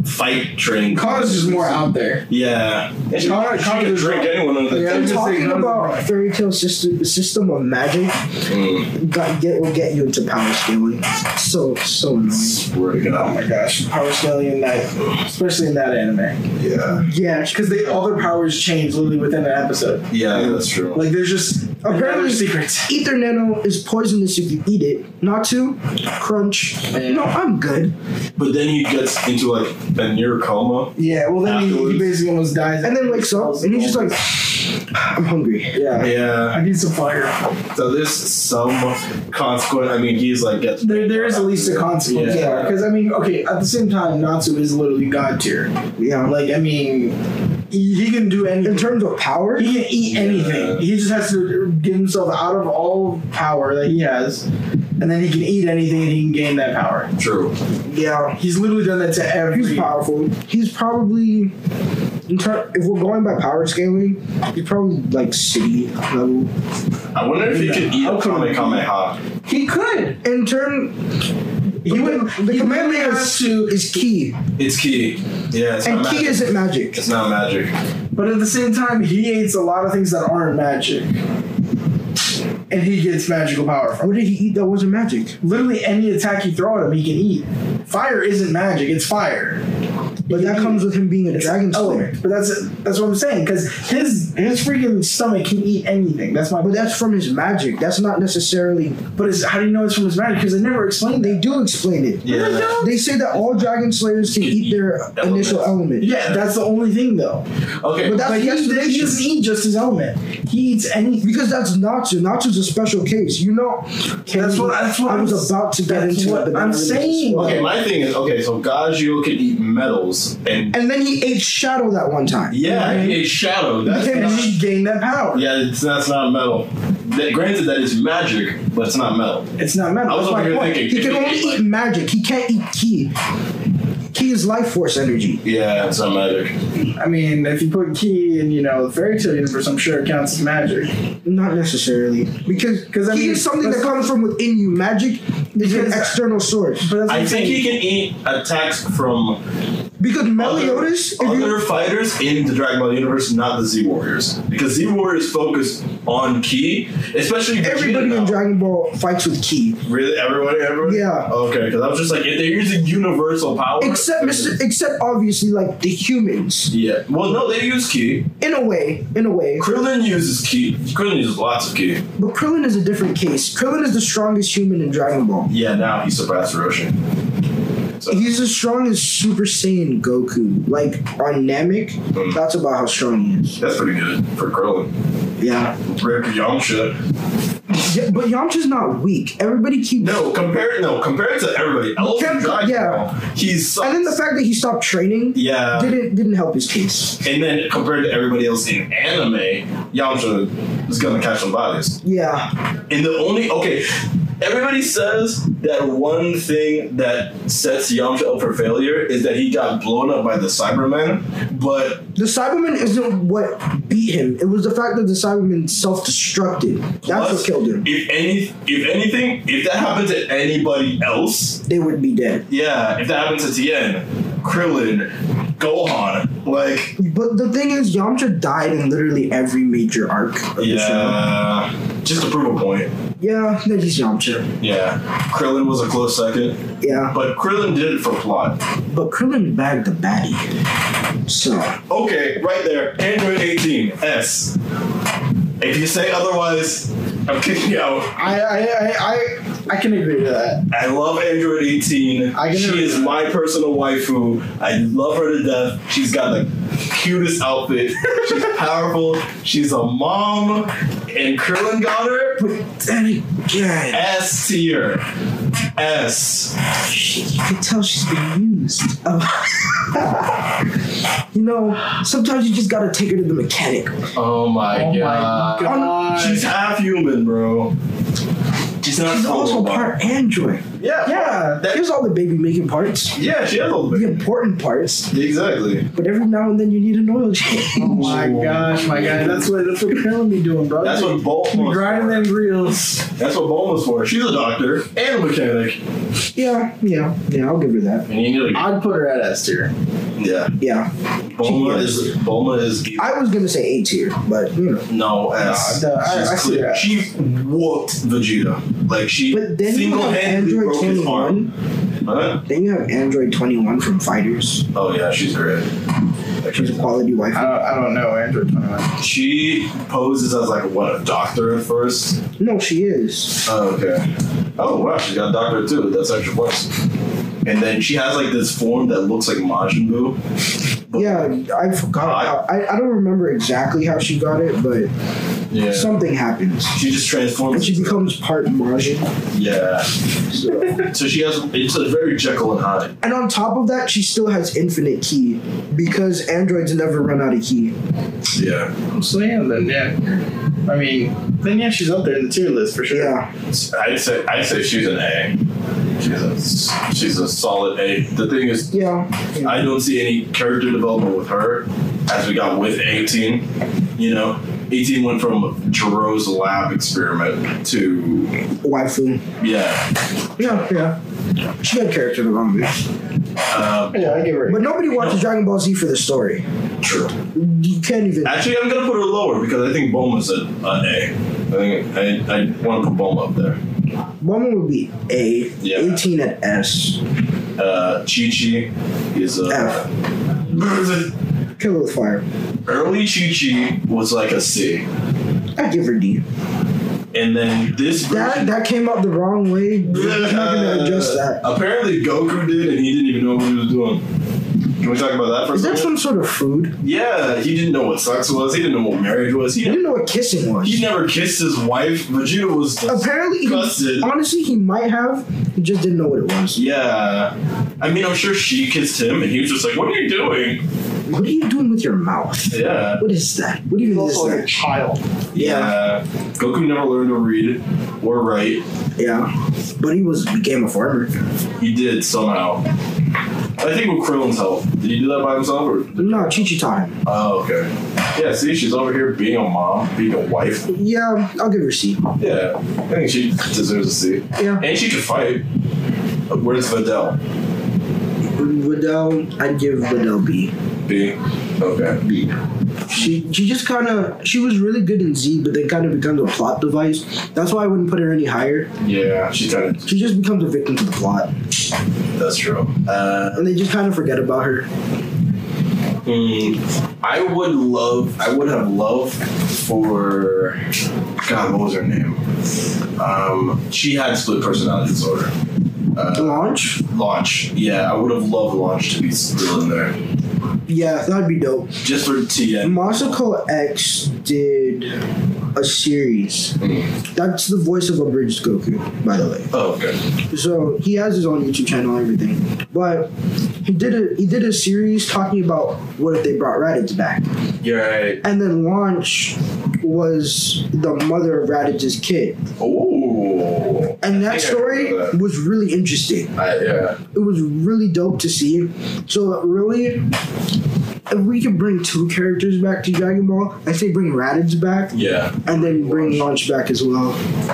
Speaker 2: fight training.
Speaker 1: Kana's just more out there.
Speaker 2: Yeah. And she,
Speaker 1: Kana-
Speaker 2: she
Speaker 1: Kana's
Speaker 2: could
Speaker 1: just
Speaker 2: drink
Speaker 1: more-
Speaker 2: anyone under the
Speaker 1: Yeah,
Speaker 2: table.
Speaker 1: just
Speaker 3: Talking
Speaker 1: saying,
Speaker 3: about fairy tale system, system of magic
Speaker 2: Mm,
Speaker 3: got, get, will get you into power scaling. So so annoying.
Speaker 2: swear to
Speaker 1: Oh
Speaker 2: God.
Speaker 1: my gosh, power scaling in that, especially in that anime,
Speaker 2: Yeah.
Speaker 3: Yeah,
Speaker 1: because they all their powers change literally within an episode.
Speaker 2: Yeah, that's true.
Speaker 1: Like there's just
Speaker 3: Apparently-
Speaker 1: apparently secrets.
Speaker 3: Ether Nano is poisonous if you eat it. Not to crunch.
Speaker 1: Yeah.
Speaker 3: No, I'm good.
Speaker 2: But then he gets into like a near coma.
Speaker 1: Yeah, well then he,
Speaker 2: Afterwards.
Speaker 1: he basically almost dies,
Speaker 3: And then wakes up and he's just like, I'm hungry.
Speaker 1: yeah,
Speaker 2: Yeah.
Speaker 1: I need some fire.
Speaker 2: So there's some consequence. I mean, he's like gets
Speaker 1: There, there is at least a consequence.
Speaker 2: Yeah.
Speaker 1: because I mean, okay, at the same time, Natsu is literally god tier.
Speaker 3: Yeah. Like,
Speaker 1: Like I mean, he, he can do anything.
Speaker 3: in terms of power,
Speaker 1: He can eat anything.
Speaker 2: Yeah.
Speaker 1: He just has to get himself out of all power that he has, and then he can eat anything and he can gain that power.
Speaker 2: True.
Speaker 3: yeah.
Speaker 1: He's literally done that to every.
Speaker 3: He's powerful. He's probably, in ter- if we're going by power scaling, he's probably like city level.
Speaker 2: I wonder if he could eat
Speaker 1: How
Speaker 2: a
Speaker 1: come-
Speaker 2: Kamehameha.
Speaker 1: He could.
Speaker 3: In turn,
Speaker 1: He would.
Speaker 3: the
Speaker 1: he
Speaker 3: command
Speaker 1: literally
Speaker 3: has
Speaker 1: has to.
Speaker 3: is key,
Speaker 2: It's key. Yeah, it's
Speaker 3: and
Speaker 2: not
Speaker 3: key
Speaker 2: magic.
Speaker 3: isn't magic.
Speaker 2: it's not magic.
Speaker 1: But at the same time, he hates a lot of things that aren't magic, and he gets magical power from.
Speaker 3: What did he eat that wasn't magic?
Speaker 1: it. Literally any attack you throw at him, he can eat. Fire isn't magic; it's fire.
Speaker 3: But that comes with him being a dragon slayer.
Speaker 1: But that's that's what I'm saying because his his freaking stomach can eat anything. That's my.
Speaker 3: But that's from his magic. That's not necessarily.
Speaker 1: But it's, how do you know it's from his magic? Because they never explained
Speaker 3: They
Speaker 1: that.
Speaker 3: do explain it.
Speaker 2: Yeah.
Speaker 3: They say that all dragon slayers can eat their
Speaker 2: Elements.
Speaker 3: initial element.
Speaker 1: Yeah, that's the only thing though.
Speaker 2: Okay.
Speaker 3: But that's
Speaker 1: But he,
Speaker 3: the
Speaker 1: he
Speaker 3: explanation.
Speaker 1: doesn't eat just his element. He eats anything.
Speaker 3: Because that's Natsu. Natsu's a special case. You know,
Speaker 1: That's what- that's what
Speaker 3: I
Speaker 1: I'm
Speaker 3: was
Speaker 1: s-
Speaker 3: about to get
Speaker 1: that's
Speaker 3: into.
Speaker 1: what
Speaker 3: it, but then
Speaker 1: I'm
Speaker 3: I realized-
Speaker 1: saying.
Speaker 2: okay, my thing is okay. So Gajio could eat metals, and
Speaker 3: And then he ate Shadow that one time.
Speaker 2: yeah, he ate shadow. That's
Speaker 1: And
Speaker 2: not-
Speaker 1: he gained that power.
Speaker 2: yeah, it's, that's not metal. That, granted, that is magic, but it's not metal.
Speaker 1: It's not metal.
Speaker 2: I was
Speaker 1: That's my
Speaker 2: over here
Speaker 1: point.
Speaker 2: thinking.
Speaker 3: He can only
Speaker 2: like,
Speaker 3: eat magic. He can't eat ki. Ki is life force energy.
Speaker 2: Yeah, it's not magic.
Speaker 1: I mean, if you put key in, you know, the fairy tale universe, I'm sure it counts as magic.
Speaker 3: Not necessarily. Because
Speaker 1: 'Cause, I
Speaker 3: ki
Speaker 1: mean,
Speaker 3: is something that
Speaker 1: that's-
Speaker 3: comes from within you. Magic is an
Speaker 1: Because-
Speaker 3: external source.
Speaker 1: But that's what
Speaker 2: I
Speaker 1: I'm
Speaker 2: think
Speaker 1: saying.
Speaker 2: he can eat attacks from
Speaker 3: Because Meliodas, if you,
Speaker 2: Other fighters in the Dragon Ball universe, not the Z Warriors, because Z Warriors focus on Ki, especially Vegeta
Speaker 3: everybody
Speaker 2: now.
Speaker 3: in Dragon Ball fights with ki.
Speaker 2: Really, everyone, everyone.
Speaker 3: Yeah.
Speaker 2: Okay, because I was just like, if they're using universal power,
Speaker 3: Except Mr. Except obviously like the humans.
Speaker 2: Yeah. Well, no, they use Ki.
Speaker 3: In a way, in a way.
Speaker 2: Krillin uses Ki. Krillin uses lots of Ki.
Speaker 3: But Krillin is a different case. Krillin is the strongest human in Dragon Ball.
Speaker 2: Yeah. Now he surpassed Roshan. So
Speaker 3: He's as strong as Super Saiyan Goku. Like on Namek,
Speaker 2: Mm.
Speaker 3: that's about how strong he is.
Speaker 2: that's pretty good for Krillin.
Speaker 1: [laughs]
Speaker 3: Yeah.
Speaker 2: Rip Yamcha.
Speaker 3: yeah but Yamcha's not weak. Everybody keeps
Speaker 2: No, compare no compare to everybody else. in
Speaker 3: Can't-
Speaker 2: Dragon
Speaker 3: yeah.
Speaker 2: Ball, he sucks.
Speaker 3: And then the fact that he stopped training
Speaker 2: yeah.
Speaker 3: didn't didn't help his case.
Speaker 2: And then compared to everybody else in anime, Yamcha is gonna catch some bodies.
Speaker 3: Yeah.
Speaker 2: And the only okay, everybody says that one thing that sets Yamcha up for failure is that he got blown up by the Cybermen, but
Speaker 3: The Cyberman isn't what beat him. It was the fact that the Cyberman self-destructed. That's what
Speaker 2: plus,
Speaker 3: killed him.
Speaker 2: If any, if anything, if that happened to anybody else,
Speaker 3: They would be dead.
Speaker 2: yeah, if that happened to Tien, Krillin, Gohan, like
Speaker 3: But the thing is, Yamcha died in literally every major arc of the
Speaker 2: yeah, just to prove a point,
Speaker 3: show. Yeah, that he's Yamcha.
Speaker 2: yeah, Krillin was a close second.
Speaker 3: Yeah,
Speaker 2: But Krillin did it for plot.
Speaker 3: but Krillin bagged the baddie. So,
Speaker 2: Okay, right there. Android 18 S. If you say otherwise, I'm kicking you out.
Speaker 1: I, I, I, I, I can agree with that.
Speaker 2: I love Android 18.
Speaker 1: I can
Speaker 2: she
Speaker 1: agree
Speaker 2: is
Speaker 1: with
Speaker 2: my personal waifu. I love her to death. She's got the cutest outfit.
Speaker 1: [laughs]
Speaker 2: She's powerful. She's a mom. And Krillin got her.
Speaker 3: but then again,
Speaker 2: S tier. S.
Speaker 3: she, you can tell she's been used. [laughs] Um, you know, sometimes you just gotta take her to the mechanic.
Speaker 2: Oh my
Speaker 1: Oh my god.
Speaker 2: She's half human, bro. She's not
Speaker 3: She's
Speaker 2: full
Speaker 3: also
Speaker 2: of love.
Speaker 3: part android.
Speaker 2: Yeah.
Speaker 3: Yeah,
Speaker 2: That-
Speaker 3: here's all the baby making parts,
Speaker 2: Yeah, she has a little
Speaker 3: the
Speaker 2: bit.
Speaker 3: important parts.
Speaker 2: Exactly.
Speaker 3: But every now and then you need an
Speaker 2: [laughs]
Speaker 3: oil change.
Speaker 1: Oh my gosh, my guy. That's what that's what Krillin be doing, bro.
Speaker 2: That's what Bolt
Speaker 1: Be
Speaker 2: was
Speaker 1: grinding
Speaker 2: for.
Speaker 1: them reels.
Speaker 2: That's what Bulma's for. She's a doctor and a mechanic.
Speaker 3: Yeah, yeah, yeah. I'll give her that.
Speaker 2: And you need
Speaker 1: I'd put her at S tier.
Speaker 2: yeah.
Speaker 3: Yeah.
Speaker 2: Bulma is Bulma is
Speaker 3: I was gonna say A tier, but you know.
Speaker 2: no S.
Speaker 1: Nah, I- I- I
Speaker 2: She's
Speaker 1: see
Speaker 2: clear.
Speaker 1: that.
Speaker 2: She whooped Vegeta. Like she
Speaker 3: But then you have
Speaker 2: single-handedly
Speaker 3: Android
Speaker 2: broke his
Speaker 3: twenty
Speaker 2: arm.
Speaker 3: one.
Speaker 2: Huh?
Speaker 3: Then you have Android twenty one from Fighters.
Speaker 2: Oh yeah, she's great.
Speaker 3: She's a quality wife.
Speaker 1: I don't, I don't know, Android 21.
Speaker 2: She poses as like what a doctor at first.
Speaker 3: No, she is.
Speaker 2: Oh, okay. Oh wow, she's got a doctor too. That's extra points. And then she has like this form that looks like Majin Buu.
Speaker 3: Yeah, I forgot. How, I I don't remember exactly how she got it, but
Speaker 2: Yeah.
Speaker 3: something happens.
Speaker 2: she just transforms.
Speaker 3: And she becomes part Margin.
Speaker 2: Yeah.
Speaker 3: So.
Speaker 2: So she has. It's a very Jekyll and Hyde.
Speaker 3: and on top of that, she still has infinite key because androids never run out of key.
Speaker 2: Yeah.
Speaker 1: So yeah, then yeah. I mean, then yeah, she's up there in the tier list for sure.
Speaker 3: Yeah.
Speaker 2: I'd say. I'd say she's an A. She's a. She's a solid A. The thing is,
Speaker 3: Yeah.
Speaker 2: I don't see any character development with her as we got with 18. You know, 18 went from Jero's lab experiment to
Speaker 3: Waifu.
Speaker 2: yeah.
Speaker 3: Yeah, yeah. She had character development.
Speaker 2: Uh,
Speaker 1: Yeah, I give her.
Speaker 3: But nobody watches Dragon Ball Z for the story.
Speaker 2: true.
Speaker 3: You can't even.
Speaker 2: Actually, I'm gonna put her lower because I think Bulma's a an A. I think I, I want to put Bulma up there.
Speaker 3: One would be A,
Speaker 2: Yeah.
Speaker 3: 18 at S.
Speaker 2: Uh, Chi Chi is a.
Speaker 3: F. Kill with fire.
Speaker 2: [laughs] early Chi Chi was like a C,
Speaker 3: I give her D.
Speaker 2: and then this
Speaker 3: That
Speaker 2: version-
Speaker 3: that came out the wrong way. I'm not gonna adjust that.
Speaker 2: Apparently, Goku did, and he didn't even know what he was doing. Can we talk about that for a
Speaker 3: Is there
Speaker 2: second?
Speaker 3: some sort of food?
Speaker 2: yeah, he didn't know what sex was. He didn't know what marriage was. He
Speaker 3: You didn't know what kissing was.
Speaker 2: he never kissed his wife. Vegeta was
Speaker 3: Apparently, he,
Speaker 2: Disgusted.
Speaker 3: honestly, he might have. He just didn't know what it was.
Speaker 2: yeah. I mean, I'm sure she kissed him, and he was just like, "What are you doing?"
Speaker 3: What are you doing with your mouth?
Speaker 2: Yeah.
Speaker 3: What is that? What even is
Speaker 1: like a
Speaker 3: that?
Speaker 1: child. [laughs]
Speaker 2: Yeah. Goku never learned to read or write.
Speaker 3: Yeah, but he was became a farmer.
Speaker 2: He did somehow. I think with Krillin's help. Did he do that by himself or
Speaker 3: No, Chichi taught him.
Speaker 2: Oh, okay. Yeah, see, she's over here being a mom, being a wife.
Speaker 3: Yeah, I'll give her C.
Speaker 2: Yeah, I think she deserves a C.
Speaker 3: Yeah,
Speaker 2: And she can fight. Where's Videl?
Speaker 3: would Bedell, I'd give Bedell B.
Speaker 2: B. Okay. B.
Speaker 3: She she just kind of she was really good in Z, but then kind of becomes a plot device. That's why I wouldn't put her any higher.
Speaker 2: Yeah, she kind of.
Speaker 3: She just becomes a victim to the plot,
Speaker 2: That's true. Uh,
Speaker 3: and they just kind of forget about her.
Speaker 2: mm, I would love. I would have loved for. God, what was her name? Um, she had split personality disorder.
Speaker 3: The
Speaker 2: Uh,
Speaker 3: launch,
Speaker 2: launch. Yeah, I would have loved launch to be still in there.
Speaker 3: yeah, that'd be dope.
Speaker 2: Just for TN.
Speaker 3: Masako X did a series. That's the voice of abridged Goku, by the way.
Speaker 2: Oh, okay.
Speaker 3: So he has his own YouTube channel and everything. But he did a he did a series talking about what if they brought Raditz back.
Speaker 2: You're right.
Speaker 3: And then Launch was the mother of Raditz's kid.
Speaker 2: Oh.
Speaker 3: And that
Speaker 2: think I
Speaker 3: story
Speaker 2: remember that.
Speaker 3: was really interesting.
Speaker 2: I, yeah.
Speaker 3: It was really dope to see. So really if we could bring two characters back to Dragon Ball, I say bring Raditz back
Speaker 2: Yeah.
Speaker 3: and then bring Launch back as well.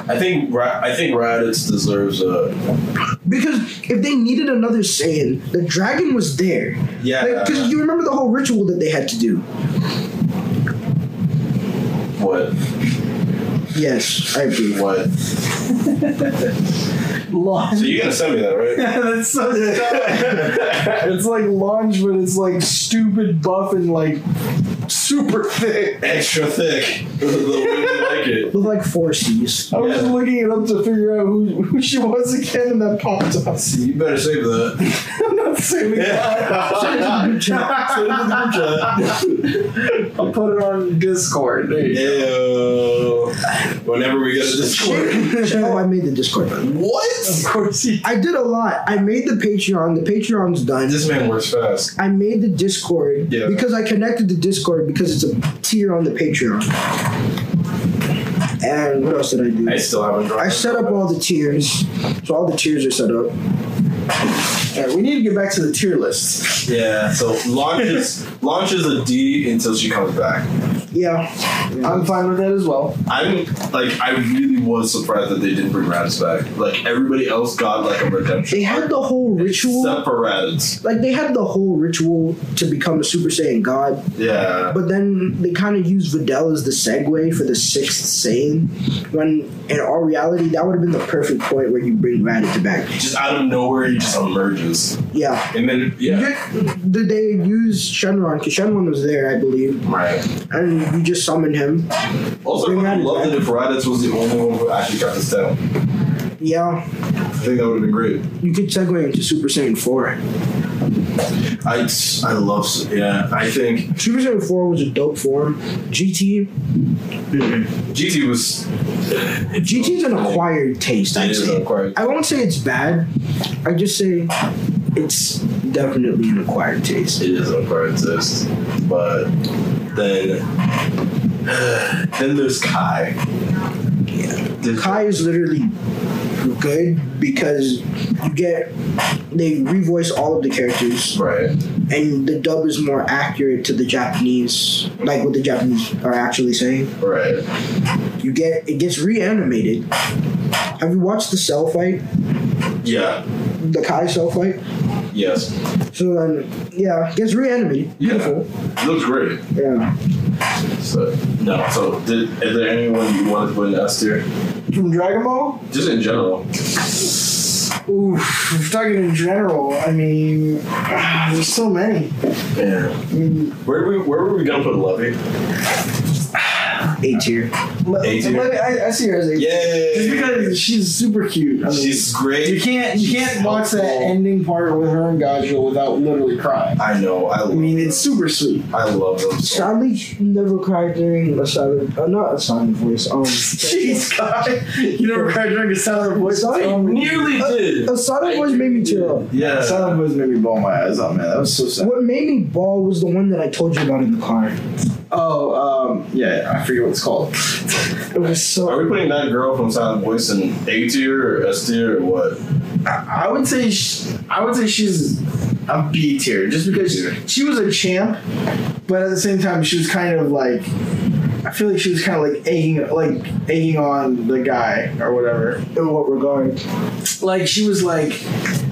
Speaker 2: I think Ra- I think Raditz deserves a
Speaker 3: Because if they needed another Saiyan, the dragon was there.
Speaker 2: yeah.
Speaker 3: Because you remember the whole ritual that they had to do.
Speaker 2: what
Speaker 3: Yes, I agree.
Speaker 2: what?
Speaker 1: Launch.
Speaker 2: So you're gonna send me that, right?
Speaker 1: That's so [laughs] It's like lunge, but it's like stupid buff and like super [laughs] thick.
Speaker 2: Extra thick. [laughs] the way you like it.
Speaker 3: With like four C's.
Speaker 1: I was
Speaker 2: Yeah.
Speaker 1: looking it up to figure out who, who she was again, and that popped up.
Speaker 2: You better save
Speaker 1: [laughs]
Speaker 2: that. [laughs]
Speaker 1: I'm not saving
Speaker 2: Yeah. Send it to the
Speaker 1: that. I'll put it on Discord. There you go.
Speaker 2: group chat. Ew. Whenever we get a Discord.
Speaker 3: [laughs] oh, I made the Discord. button.
Speaker 1: Of
Speaker 2: What?
Speaker 1: course, he
Speaker 3: I did a lot. I made the Patreon. The Patreon's done.
Speaker 2: This man works fast.
Speaker 3: I made the Discord
Speaker 2: Yeah.
Speaker 3: because I connected the Discord because it's a tier on the Patreon. And what else did I do?
Speaker 2: I still haven't drawn.
Speaker 3: I set up all the tiers. So all the tiers are set up.
Speaker 1: Alright, we need to get back to the tier list.
Speaker 2: Yeah, so launches launches a D until she comes back.
Speaker 3: Yeah.
Speaker 1: I'm fine with that as well.
Speaker 2: I'm like I really was surprised that they didn't bring Raditz back. Like everybody else got like a redemption.
Speaker 3: They had the whole ritual.
Speaker 2: Except for Raditz.
Speaker 3: like they had the whole ritual to become a Super Saiyan God,
Speaker 2: Yeah.
Speaker 3: but then they kind of used Videl as the segue for the sixth Saiyan. When in all reality, that would have been the perfect point where you bring Raditz back.
Speaker 2: Just out of nowhere he just emerges.
Speaker 3: Yeah.
Speaker 2: And then yeah.
Speaker 3: Did they use Shenron? Because Shenron was there, I believe,
Speaker 2: Right.
Speaker 3: and you just summon him.
Speaker 2: Also
Speaker 3: Bring
Speaker 2: I
Speaker 3: Raditz
Speaker 2: love
Speaker 3: back.
Speaker 2: that if Raditz was the only one who actually got this down.
Speaker 3: Yeah,
Speaker 2: I think that would have been great.
Speaker 3: you could segue into Super Saiyan Four.
Speaker 2: I I love yeah, I think
Speaker 3: Super Saiyan Four was a dope form. GT,
Speaker 2: GT was
Speaker 3: GT's an acquired taste.
Speaker 2: it
Speaker 3: I'd
Speaker 2: is
Speaker 3: say.
Speaker 2: acquired.
Speaker 3: I won't say it's bad. I just say it's definitely an acquired taste.
Speaker 2: it is unfair exist. But then [sighs] then there's Kai.
Speaker 3: Yeah.
Speaker 2: There's-
Speaker 3: Kai is literally good because you get they revoice all of the characters
Speaker 2: Right.
Speaker 3: and the dub is more accurate to the Japanese, like what the Japanese are actually saying.
Speaker 2: Right.
Speaker 3: You get it gets reanimated. Have you watched the cell fight,
Speaker 2: Yeah.
Speaker 3: the Kai cell fight?
Speaker 2: Yes.
Speaker 3: So then, yeah, it gets reanimated.
Speaker 2: Yeah.
Speaker 3: Beautiful.
Speaker 2: It looks great.
Speaker 3: Yeah.
Speaker 2: So no. So did is there anyone you wanted to put in S tier?
Speaker 1: From Dragon Ball?
Speaker 2: Just in general.
Speaker 1: Oof, if talking in general, I mean, ah, there's so many.
Speaker 2: Yeah.
Speaker 1: I mean,
Speaker 2: Where were we, where were we gonna put Levy?
Speaker 3: A tier.
Speaker 1: le-
Speaker 2: A tier.
Speaker 1: le- I, I see her as a Just
Speaker 2: Yeah.
Speaker 1: because she's super cute. I mean,
Speaker 2: She's
Speaker 1: you
Speaker 2: great.
Speaker 1: can't you
Speaker 2: she's
Speaker 1: can't watch that
Speaker 2: helpful.
Speaker 1: ending part with her and Gajo without literally crying.
Speaker 2: I know. I.
Speaker 1: I mean, it's super sweet. [laughs]
Speaker 2: I love them. So.
Speaker 3: Sadly, she never cried during a silent, uh, not a silent voice.
Speaker 2: [laughs]
Speaker 3: Um,
Speaker 1: Jeez, guy, you never cried during a silent voice.
Speaker 3: Sorry,
Speaker 1: Um,
Speaker 2: Nearly did.
Speaker 3: a silent voice made me tear up.
Speaker 2: Yeah.
Speaker 1: Silent voice made me ball my eyes out, man. That was so sad.
Speaker 3: What made me ball was the one that I told you about in the car.
Speaker 1: Oh, um, yeah, I forget what it's called.
Speaker 3: It was so.
Speaker 2: Are we putting that girl from Silent Voice in A tier or S tier or what?
Speaker 1: I I would say sh I would say she's a B tier just because
Speaker 2: B tier.
Speaker 1: she was a champ, but at the same time she was kind of like I feel like she was kind of like egging, like egging on the guy or whatever. In what we're going, like she was like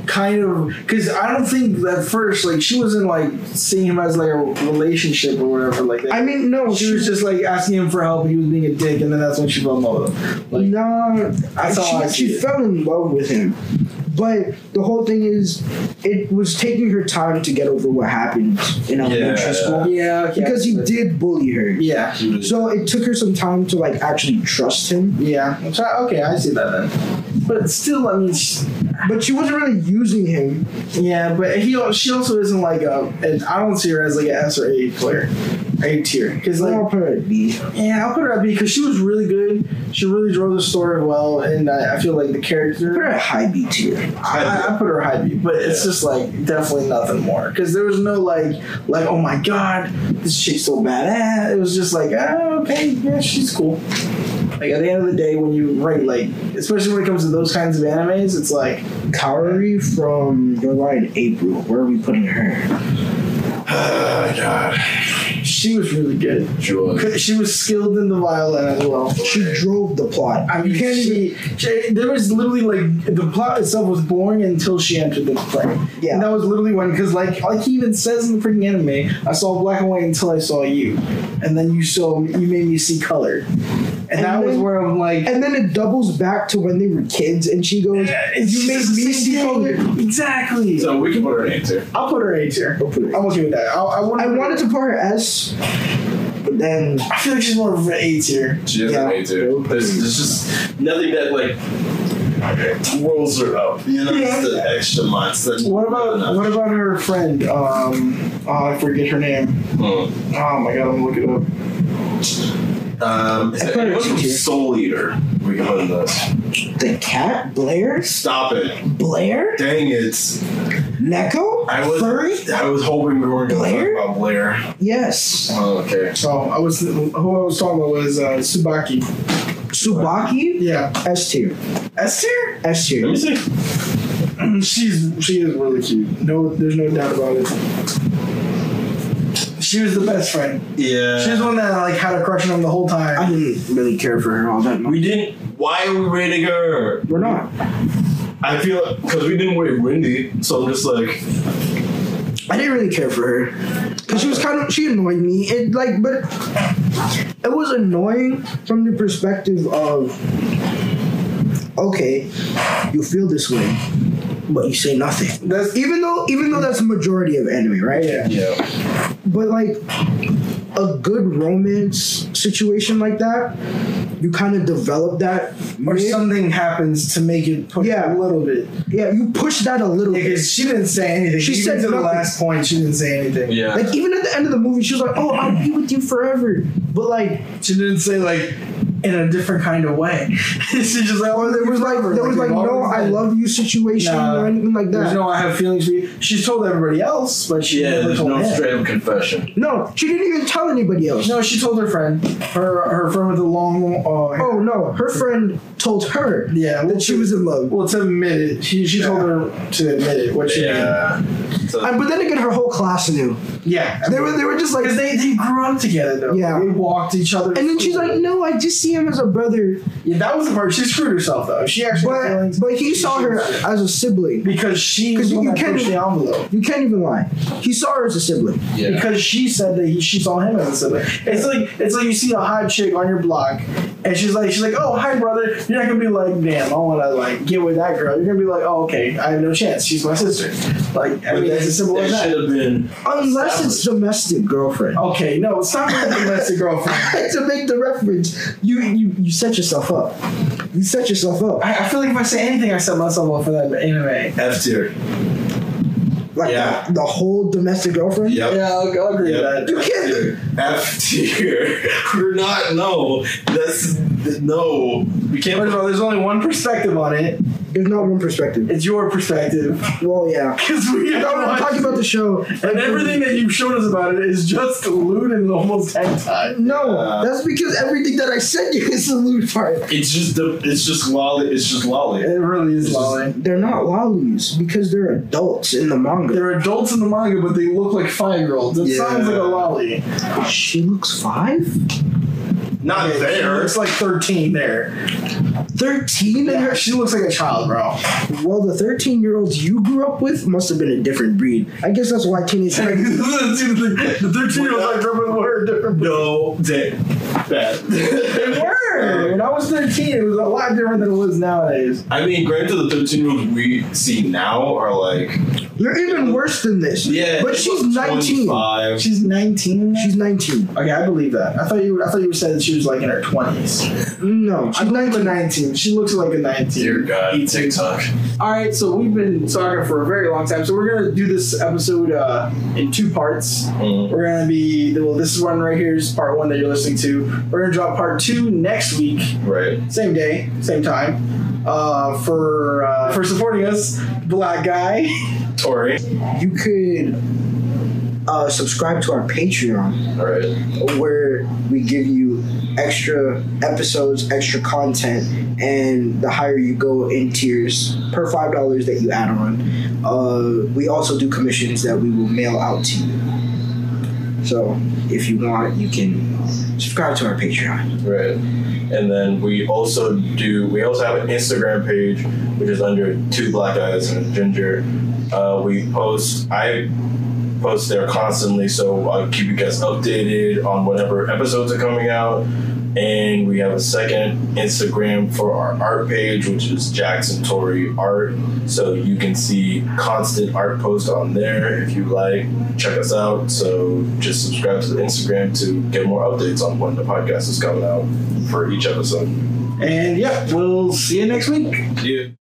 Speaker 1: kind of because I don't think at first like she wasn't like seeing him as like a relationship or whatever like that.
Speaker 3: I mean, no,
Speaker 1: she was just like asking him for help. He was being a dick, and then that's when she fell in love with him. Like,
Speaker 3: no. I
Speaker 1: That's all I
Speaker 3: she,
Speaker 1: see
Speaker 3: she
Speaker 1: it.
Speaker 3: fell in love with him, but the whole thing is, it was taking her time to get over what happened in elementary
Speaker 2: Yeah.
Speaker 3: school
Speaker 1: yeah, okay,
Speaker 3: because he did bully her.
Speaker 1: Yeah,
Speaker 3: So it took her some time to like actually trust him,
Speaker 1: yeah. I'm sorry- okay, I see that then. But still, I mean, she,
Speaker 3: but she wasn't really using him.
Speaker 1: yeah. But he, al- she also isn't like a. And I don't see her as like an S or A player, A tier. Because like,
Speaker 3: I'll put her at B.
Speaker 1: yeah, I'll put her at B because she was really good. She really drove the story well, and I, I feel like the
Speaker 3: Put her
Speaker 1: character.
Speaker 3: at high B tier.
Speaker 1: I, I put her high B, but it's
Speaker 2: Yeah.
Speaker 1: just like definitely nothing more. Because there was no like, like oh my god, this chick's so badass. It was just like, oh okay, yeah, she's cool. Like at the end of the day, when you write like, especially when it comes to those kinds of animes, it's like
Speaker 3: Kaori from Your Line April. Where are we putting her?
Speaker 2: Oh, [sighs] God.
Speaker 1: she was really good.
Speaker 2: Joy.
Speaker 1: She was skilled in the violin as well.
Speaker 3: She drove the plot.
Speaker 1: I mean,
Speaker 3: you can't
Speaker 1: she,
Speaker 3: even.
Speaker 1: she, there was literally like the plot itself was boring until she entered the play.
Speaker 3: Yeah.
Speaker 1: and that was literally when because like like he even says in the freaking anime, I saw black and white until I saw you, and then you saw you made me see color, and, that was
Speaker 3: then-
Speaker 1: where I'm like,
Speaker 3: And then it doubles back to when they were kids, and she goes, "You made me see color."
Speaker 1: exactly.
Speaker 2: So we can put her in answer.
Speaker 1: I'll put her A tier.
Speaker 3: I'll put her A.
Speaker 1: I'm okay with that. I, I, wanted,
Speaker 3: I wanted to put her S, but then
Speaker 1: I feel like she's more of an A tier.
Speaker 2: She doesn't
Speaker 3: Yeah.
Speaker 2: need to. There's, there's just nothing that like rolls her up. You know,
Speaker 1: Yeah.
Speaker 2: just the extra monster.
Speaker 1: What about what about her friend? Um, oh, I forget her name.
Speaker 2: Hmm.
Speaker 1: Oh my god, I'm gonna look it up.
Speaker 2: Um, is
Speaker 3: I
Speaker 2: there
Speaker 3: put her
Speaker 2: anyone
Speaker 3: two
Speaker 2: from
Speaker 3: tier.
Speaker 2: Soul Eater? We can put in this.
Speaker 3: the cat Blair,
Speaker 2: Stop it!
Speaker 3: Blair,
Speaker 2: Dang it!
Speaker 3: Neko,
Speaker 2: I was
Speaker 3: furry.
Speaker 2: I was hoping we weren't going
Speaker 3: Blair?
Speaker 2: to talk about Blair.
Speaker 3: Yes,
Speaker 2: Oh, okay.
Speaker 1: So I was who I was talking about was uh, Subaki.
Speaker 3: Subaki,
Speaker 1: Yeah,
Speaker 3: S tier,
Speaker 1: S tier.
Speaker 3: S
Speaker 2: Let
Speaker 3: tier.
Speaker 2: me
Speaker 1: [clears throat]
Speaker 2: see.
Speaker 1: She's she is really cute. No, there's no doubt about it. She was the best friend.
Speaker 2: Yeah.
Speaker 1: She was the one that like had a crush on him the whole
Speaker 3: I
Speaker 1: time.
Speaker 3: didn't really care for her all that much.
Speaker 2: we didn't. Why are we rating her?
Speaker 3: We're not.
Speaker 2: I feel because we didn't rate Wendy, so I'm just like,
Speaker 3: I didn't really care for her because she was kind of she annoyed me. It like, but it was annoying from the perspective of okay, you feel this way, but you say nothing.
Speaker 1: That's
Speaker 3: Even though, even though that's a majority of anime, right?
Speaker 1: yeah.
Speaker 2: yeah,
Speaker 3: But like a good romance situation like that, you kind of develop that.
Speaker 1: Or
Speaker 3: mid-
Speaker 1: something happens to make it push
Speaker 3: Yeah.
Speaker 1: a little bit.
Speaker 3: yeah, you push that a little bit.
Speaker 1: Because she didn't say anything.
Speaker 3: She
Speaker 1: Even
Speaker 3: said
Speaker 1: to the
Speaker 3: nothing.
Speaker 1: last point. She didn't say anything.
Speaker 2: yeah.
Speaker 3: Like even at the end of the movie, she was like, "Oh, I'll be with you forever," but like.
Speaker 1: She didn't say like in a different kind of way. [laughs] She's just like oh,
Speaker 3: There was like there was like no I love you situation
Speaker 1: Nah.
Speaker 3: or anything like
Speaker 1: There's
Speaker 3: that.
Speaker 1: no I have feelings for you. She's told everybody else, but she
Speaker 2: yeah,
Speaker 1: never
Speaker 2: there's
Speaker 1: told
Speaker 2: no
Speaker 1: him.
Speaker 2: straight up confession.
Speaker 3: No, she didn't even tell anybody else.
Speaker 1: No, she told her friend. Her her friend with the long uh, hair.
Speaker 3: Oh no, her friend told her
Speaker 1: yeah, well,
Speaker 3: that she was in love.
Speaker 1: Well, to admit it, she she told her to admit it. What she
Speaker 2: Yeah. So,
Speaker 3: And, but then again, her whole class knew.
Speaker 1: yeah.
Speaker 3: They were they were just like,
Speaker 1: because
Speaker 3: and
Speaker 1: they, they grew up together though.
Speaker 3: Yeah.
Speaker 1: they walked each other.
Speaker 3: then she's like, "No, I just see him as a brother,"
Speaker 1: yeah, that was the part she screwed herself though. She actually had
Speaker 3: but
Speaker 1: feelings
Speaker 3: but he saw her as a sibling.
Speaker 1: because she was
Speaker 3: 'Cause
Speaker 1: the
Speaker 3: you-
Speaker 1: one
Speaker 3: you
Speaker 1: that
Speaker 3: can't-
Speaker 1: pushed the envelope.
Speaker 3: You can't even lie. He saw her as a sibling.
Speaker 2: yeah.
Speaker 1: because she said that he, she saw him as a sibling. It's like it's like you see a hot chick on your block, and she's like she's like, oh hi brother. You're not gonna be like, damn, I want to like get with that girl. You're gonna be like, oh okay, I have no chance. She's my sister. Like I
Speaker 2: I
Speaker 1: mean,
Speaker 2: mean,
Speaker 1: it's as simple as
Speaker 2: should
Speaker 1: that.
Speaker 2: have been.
Speaker 3: Unless it's domestic girlfriend. [laughs]
Speaker 1: Okay, no, it's not really domestic girlfriend.
Speaker 3: to make the reference, you, you you set yourself up. You set yourself up
Speaker 1: I, I feel like if I say anything, I set myself up for that anime.
Speaker 2: F tier.
Speaker 3: like
Speaker 2: Yeah.
Speaker 3: the, the whole domestic girlfriend.
Speaker 2: Yep.
Speaker 1: Yeah, I'll, I'll agree with
Speaker 3: You
Speaker 1: that.
Speaker 3: can't do
Speaker 2: F tier. [laughs] We're not. No. That's no. We
Speaker 1: First
Speaker 2: can't.
Speaker 1: of all, there's only one perspective on it.
Speaker 3: There's not one perspective.
Speaker 1: It's your perspective. [laughs]
Speaker 3: Well, yeah.
Speaker 1: Because we
Speaker 3: No,
Speaker 1: are
Speaker 3: I'm talking about the show.
Speaker 1: And everything that you've shown us about it is just lewd and almost hentai.
Speaker 3: No,
Speaker 2: Uh,
Speaker 3: that's because everything that I sent you [laughs] is the lewd part.
Speaker 2: It's just the. It's just lolly. It's just
Speaker 1: It
Speaker 2: lolly.
Speaker 1: really is lolly.
Speaker 3: They're not lollies because they're adults in the manga.
Speaker 1: They're adults in the manga, but they look like five year olds. It
Speaker 2: Yeah.
Speaker 1: sounds like a lolly.
Speaker 3: She looks five.
Speaker 2: Not
Speaker 1: Yeah, She
Speaker 2: there.
Speaker 1: looks like 13 there.
Speaker 3: 13
Speaker 1: Yeah, she looks like a child, [laughs] bro.
Speaker 3: Well, the 13 year olds you grew up with must have been a different breed. I guess that's why
Speaker 1: [laughs]
Speaker 3: teenage pregnancy.
Speaker 1: the 13 year olds I grew up with were a different.
Speaker 2: No dick. Bad.
Speaker 1: They were. When I was 13, it was a lot different than it was nowadays.
Speaker 2: I mean, granted, the 13 year olds we see now are like.
Speaker 3: You're even worse than this.
Speaker 2: Yeah.
Speaker 3: But she's 19.
Speaker 2: 25.
Speaker 1: She's 19.
Speaker 3: She's 19.
Speaker 1: okay. I believe that. I thought you. I thought you said that she was like in her 20s.
Speaker 3: No,
Speaker 1: She's
Speaker 3: she's
Speaker 1: not
Speaker 3: 19.
Speaker 1: even 19. She looks like a 19.
Speaker 2: Dear God, TikTok.
Speaker 1: All right, so we've been talking for a very long time. So we're gonna do this episode uh, in two parts.
Speaker 2: Mm.
Speaker 1: We're gonna be well. This one right here is part one that you're listening to. We're gonna drop part two next week,
Speaker 2: Right.
Speaker 1: same day, same time. Uh, for uh, for supporting us, black guy. [laughs]
Speaker 2: Tori.
Speaker 3: You could uh, subscribe to our Patreon
Speaker 2: Right.
Speaker 3: where we give you extra episodes, extra content, and the higher you go in tiers per $5 that you add on. Uh, we also do commissions that we will mail out to you. So if you want, you can subscribe to our Patreon.
Speaker 2: Right. And then we also do, we also have an Instagram page, which is under Two Black Eyes and Ginger. Uh, we post, I post there constantly, so I'll keep you guys updated on whatever episodes are coming out. And we have a second Instagram for our art page, which is Jackson Tory Art. So you can see constant art posts on there if you like. Check us out. So just subscribe to the Instagram to get more updates on when the podcast is coming out for each episode.
Speaker 1: And yeah, we'll see you next week.
Speaker 2: Yeah.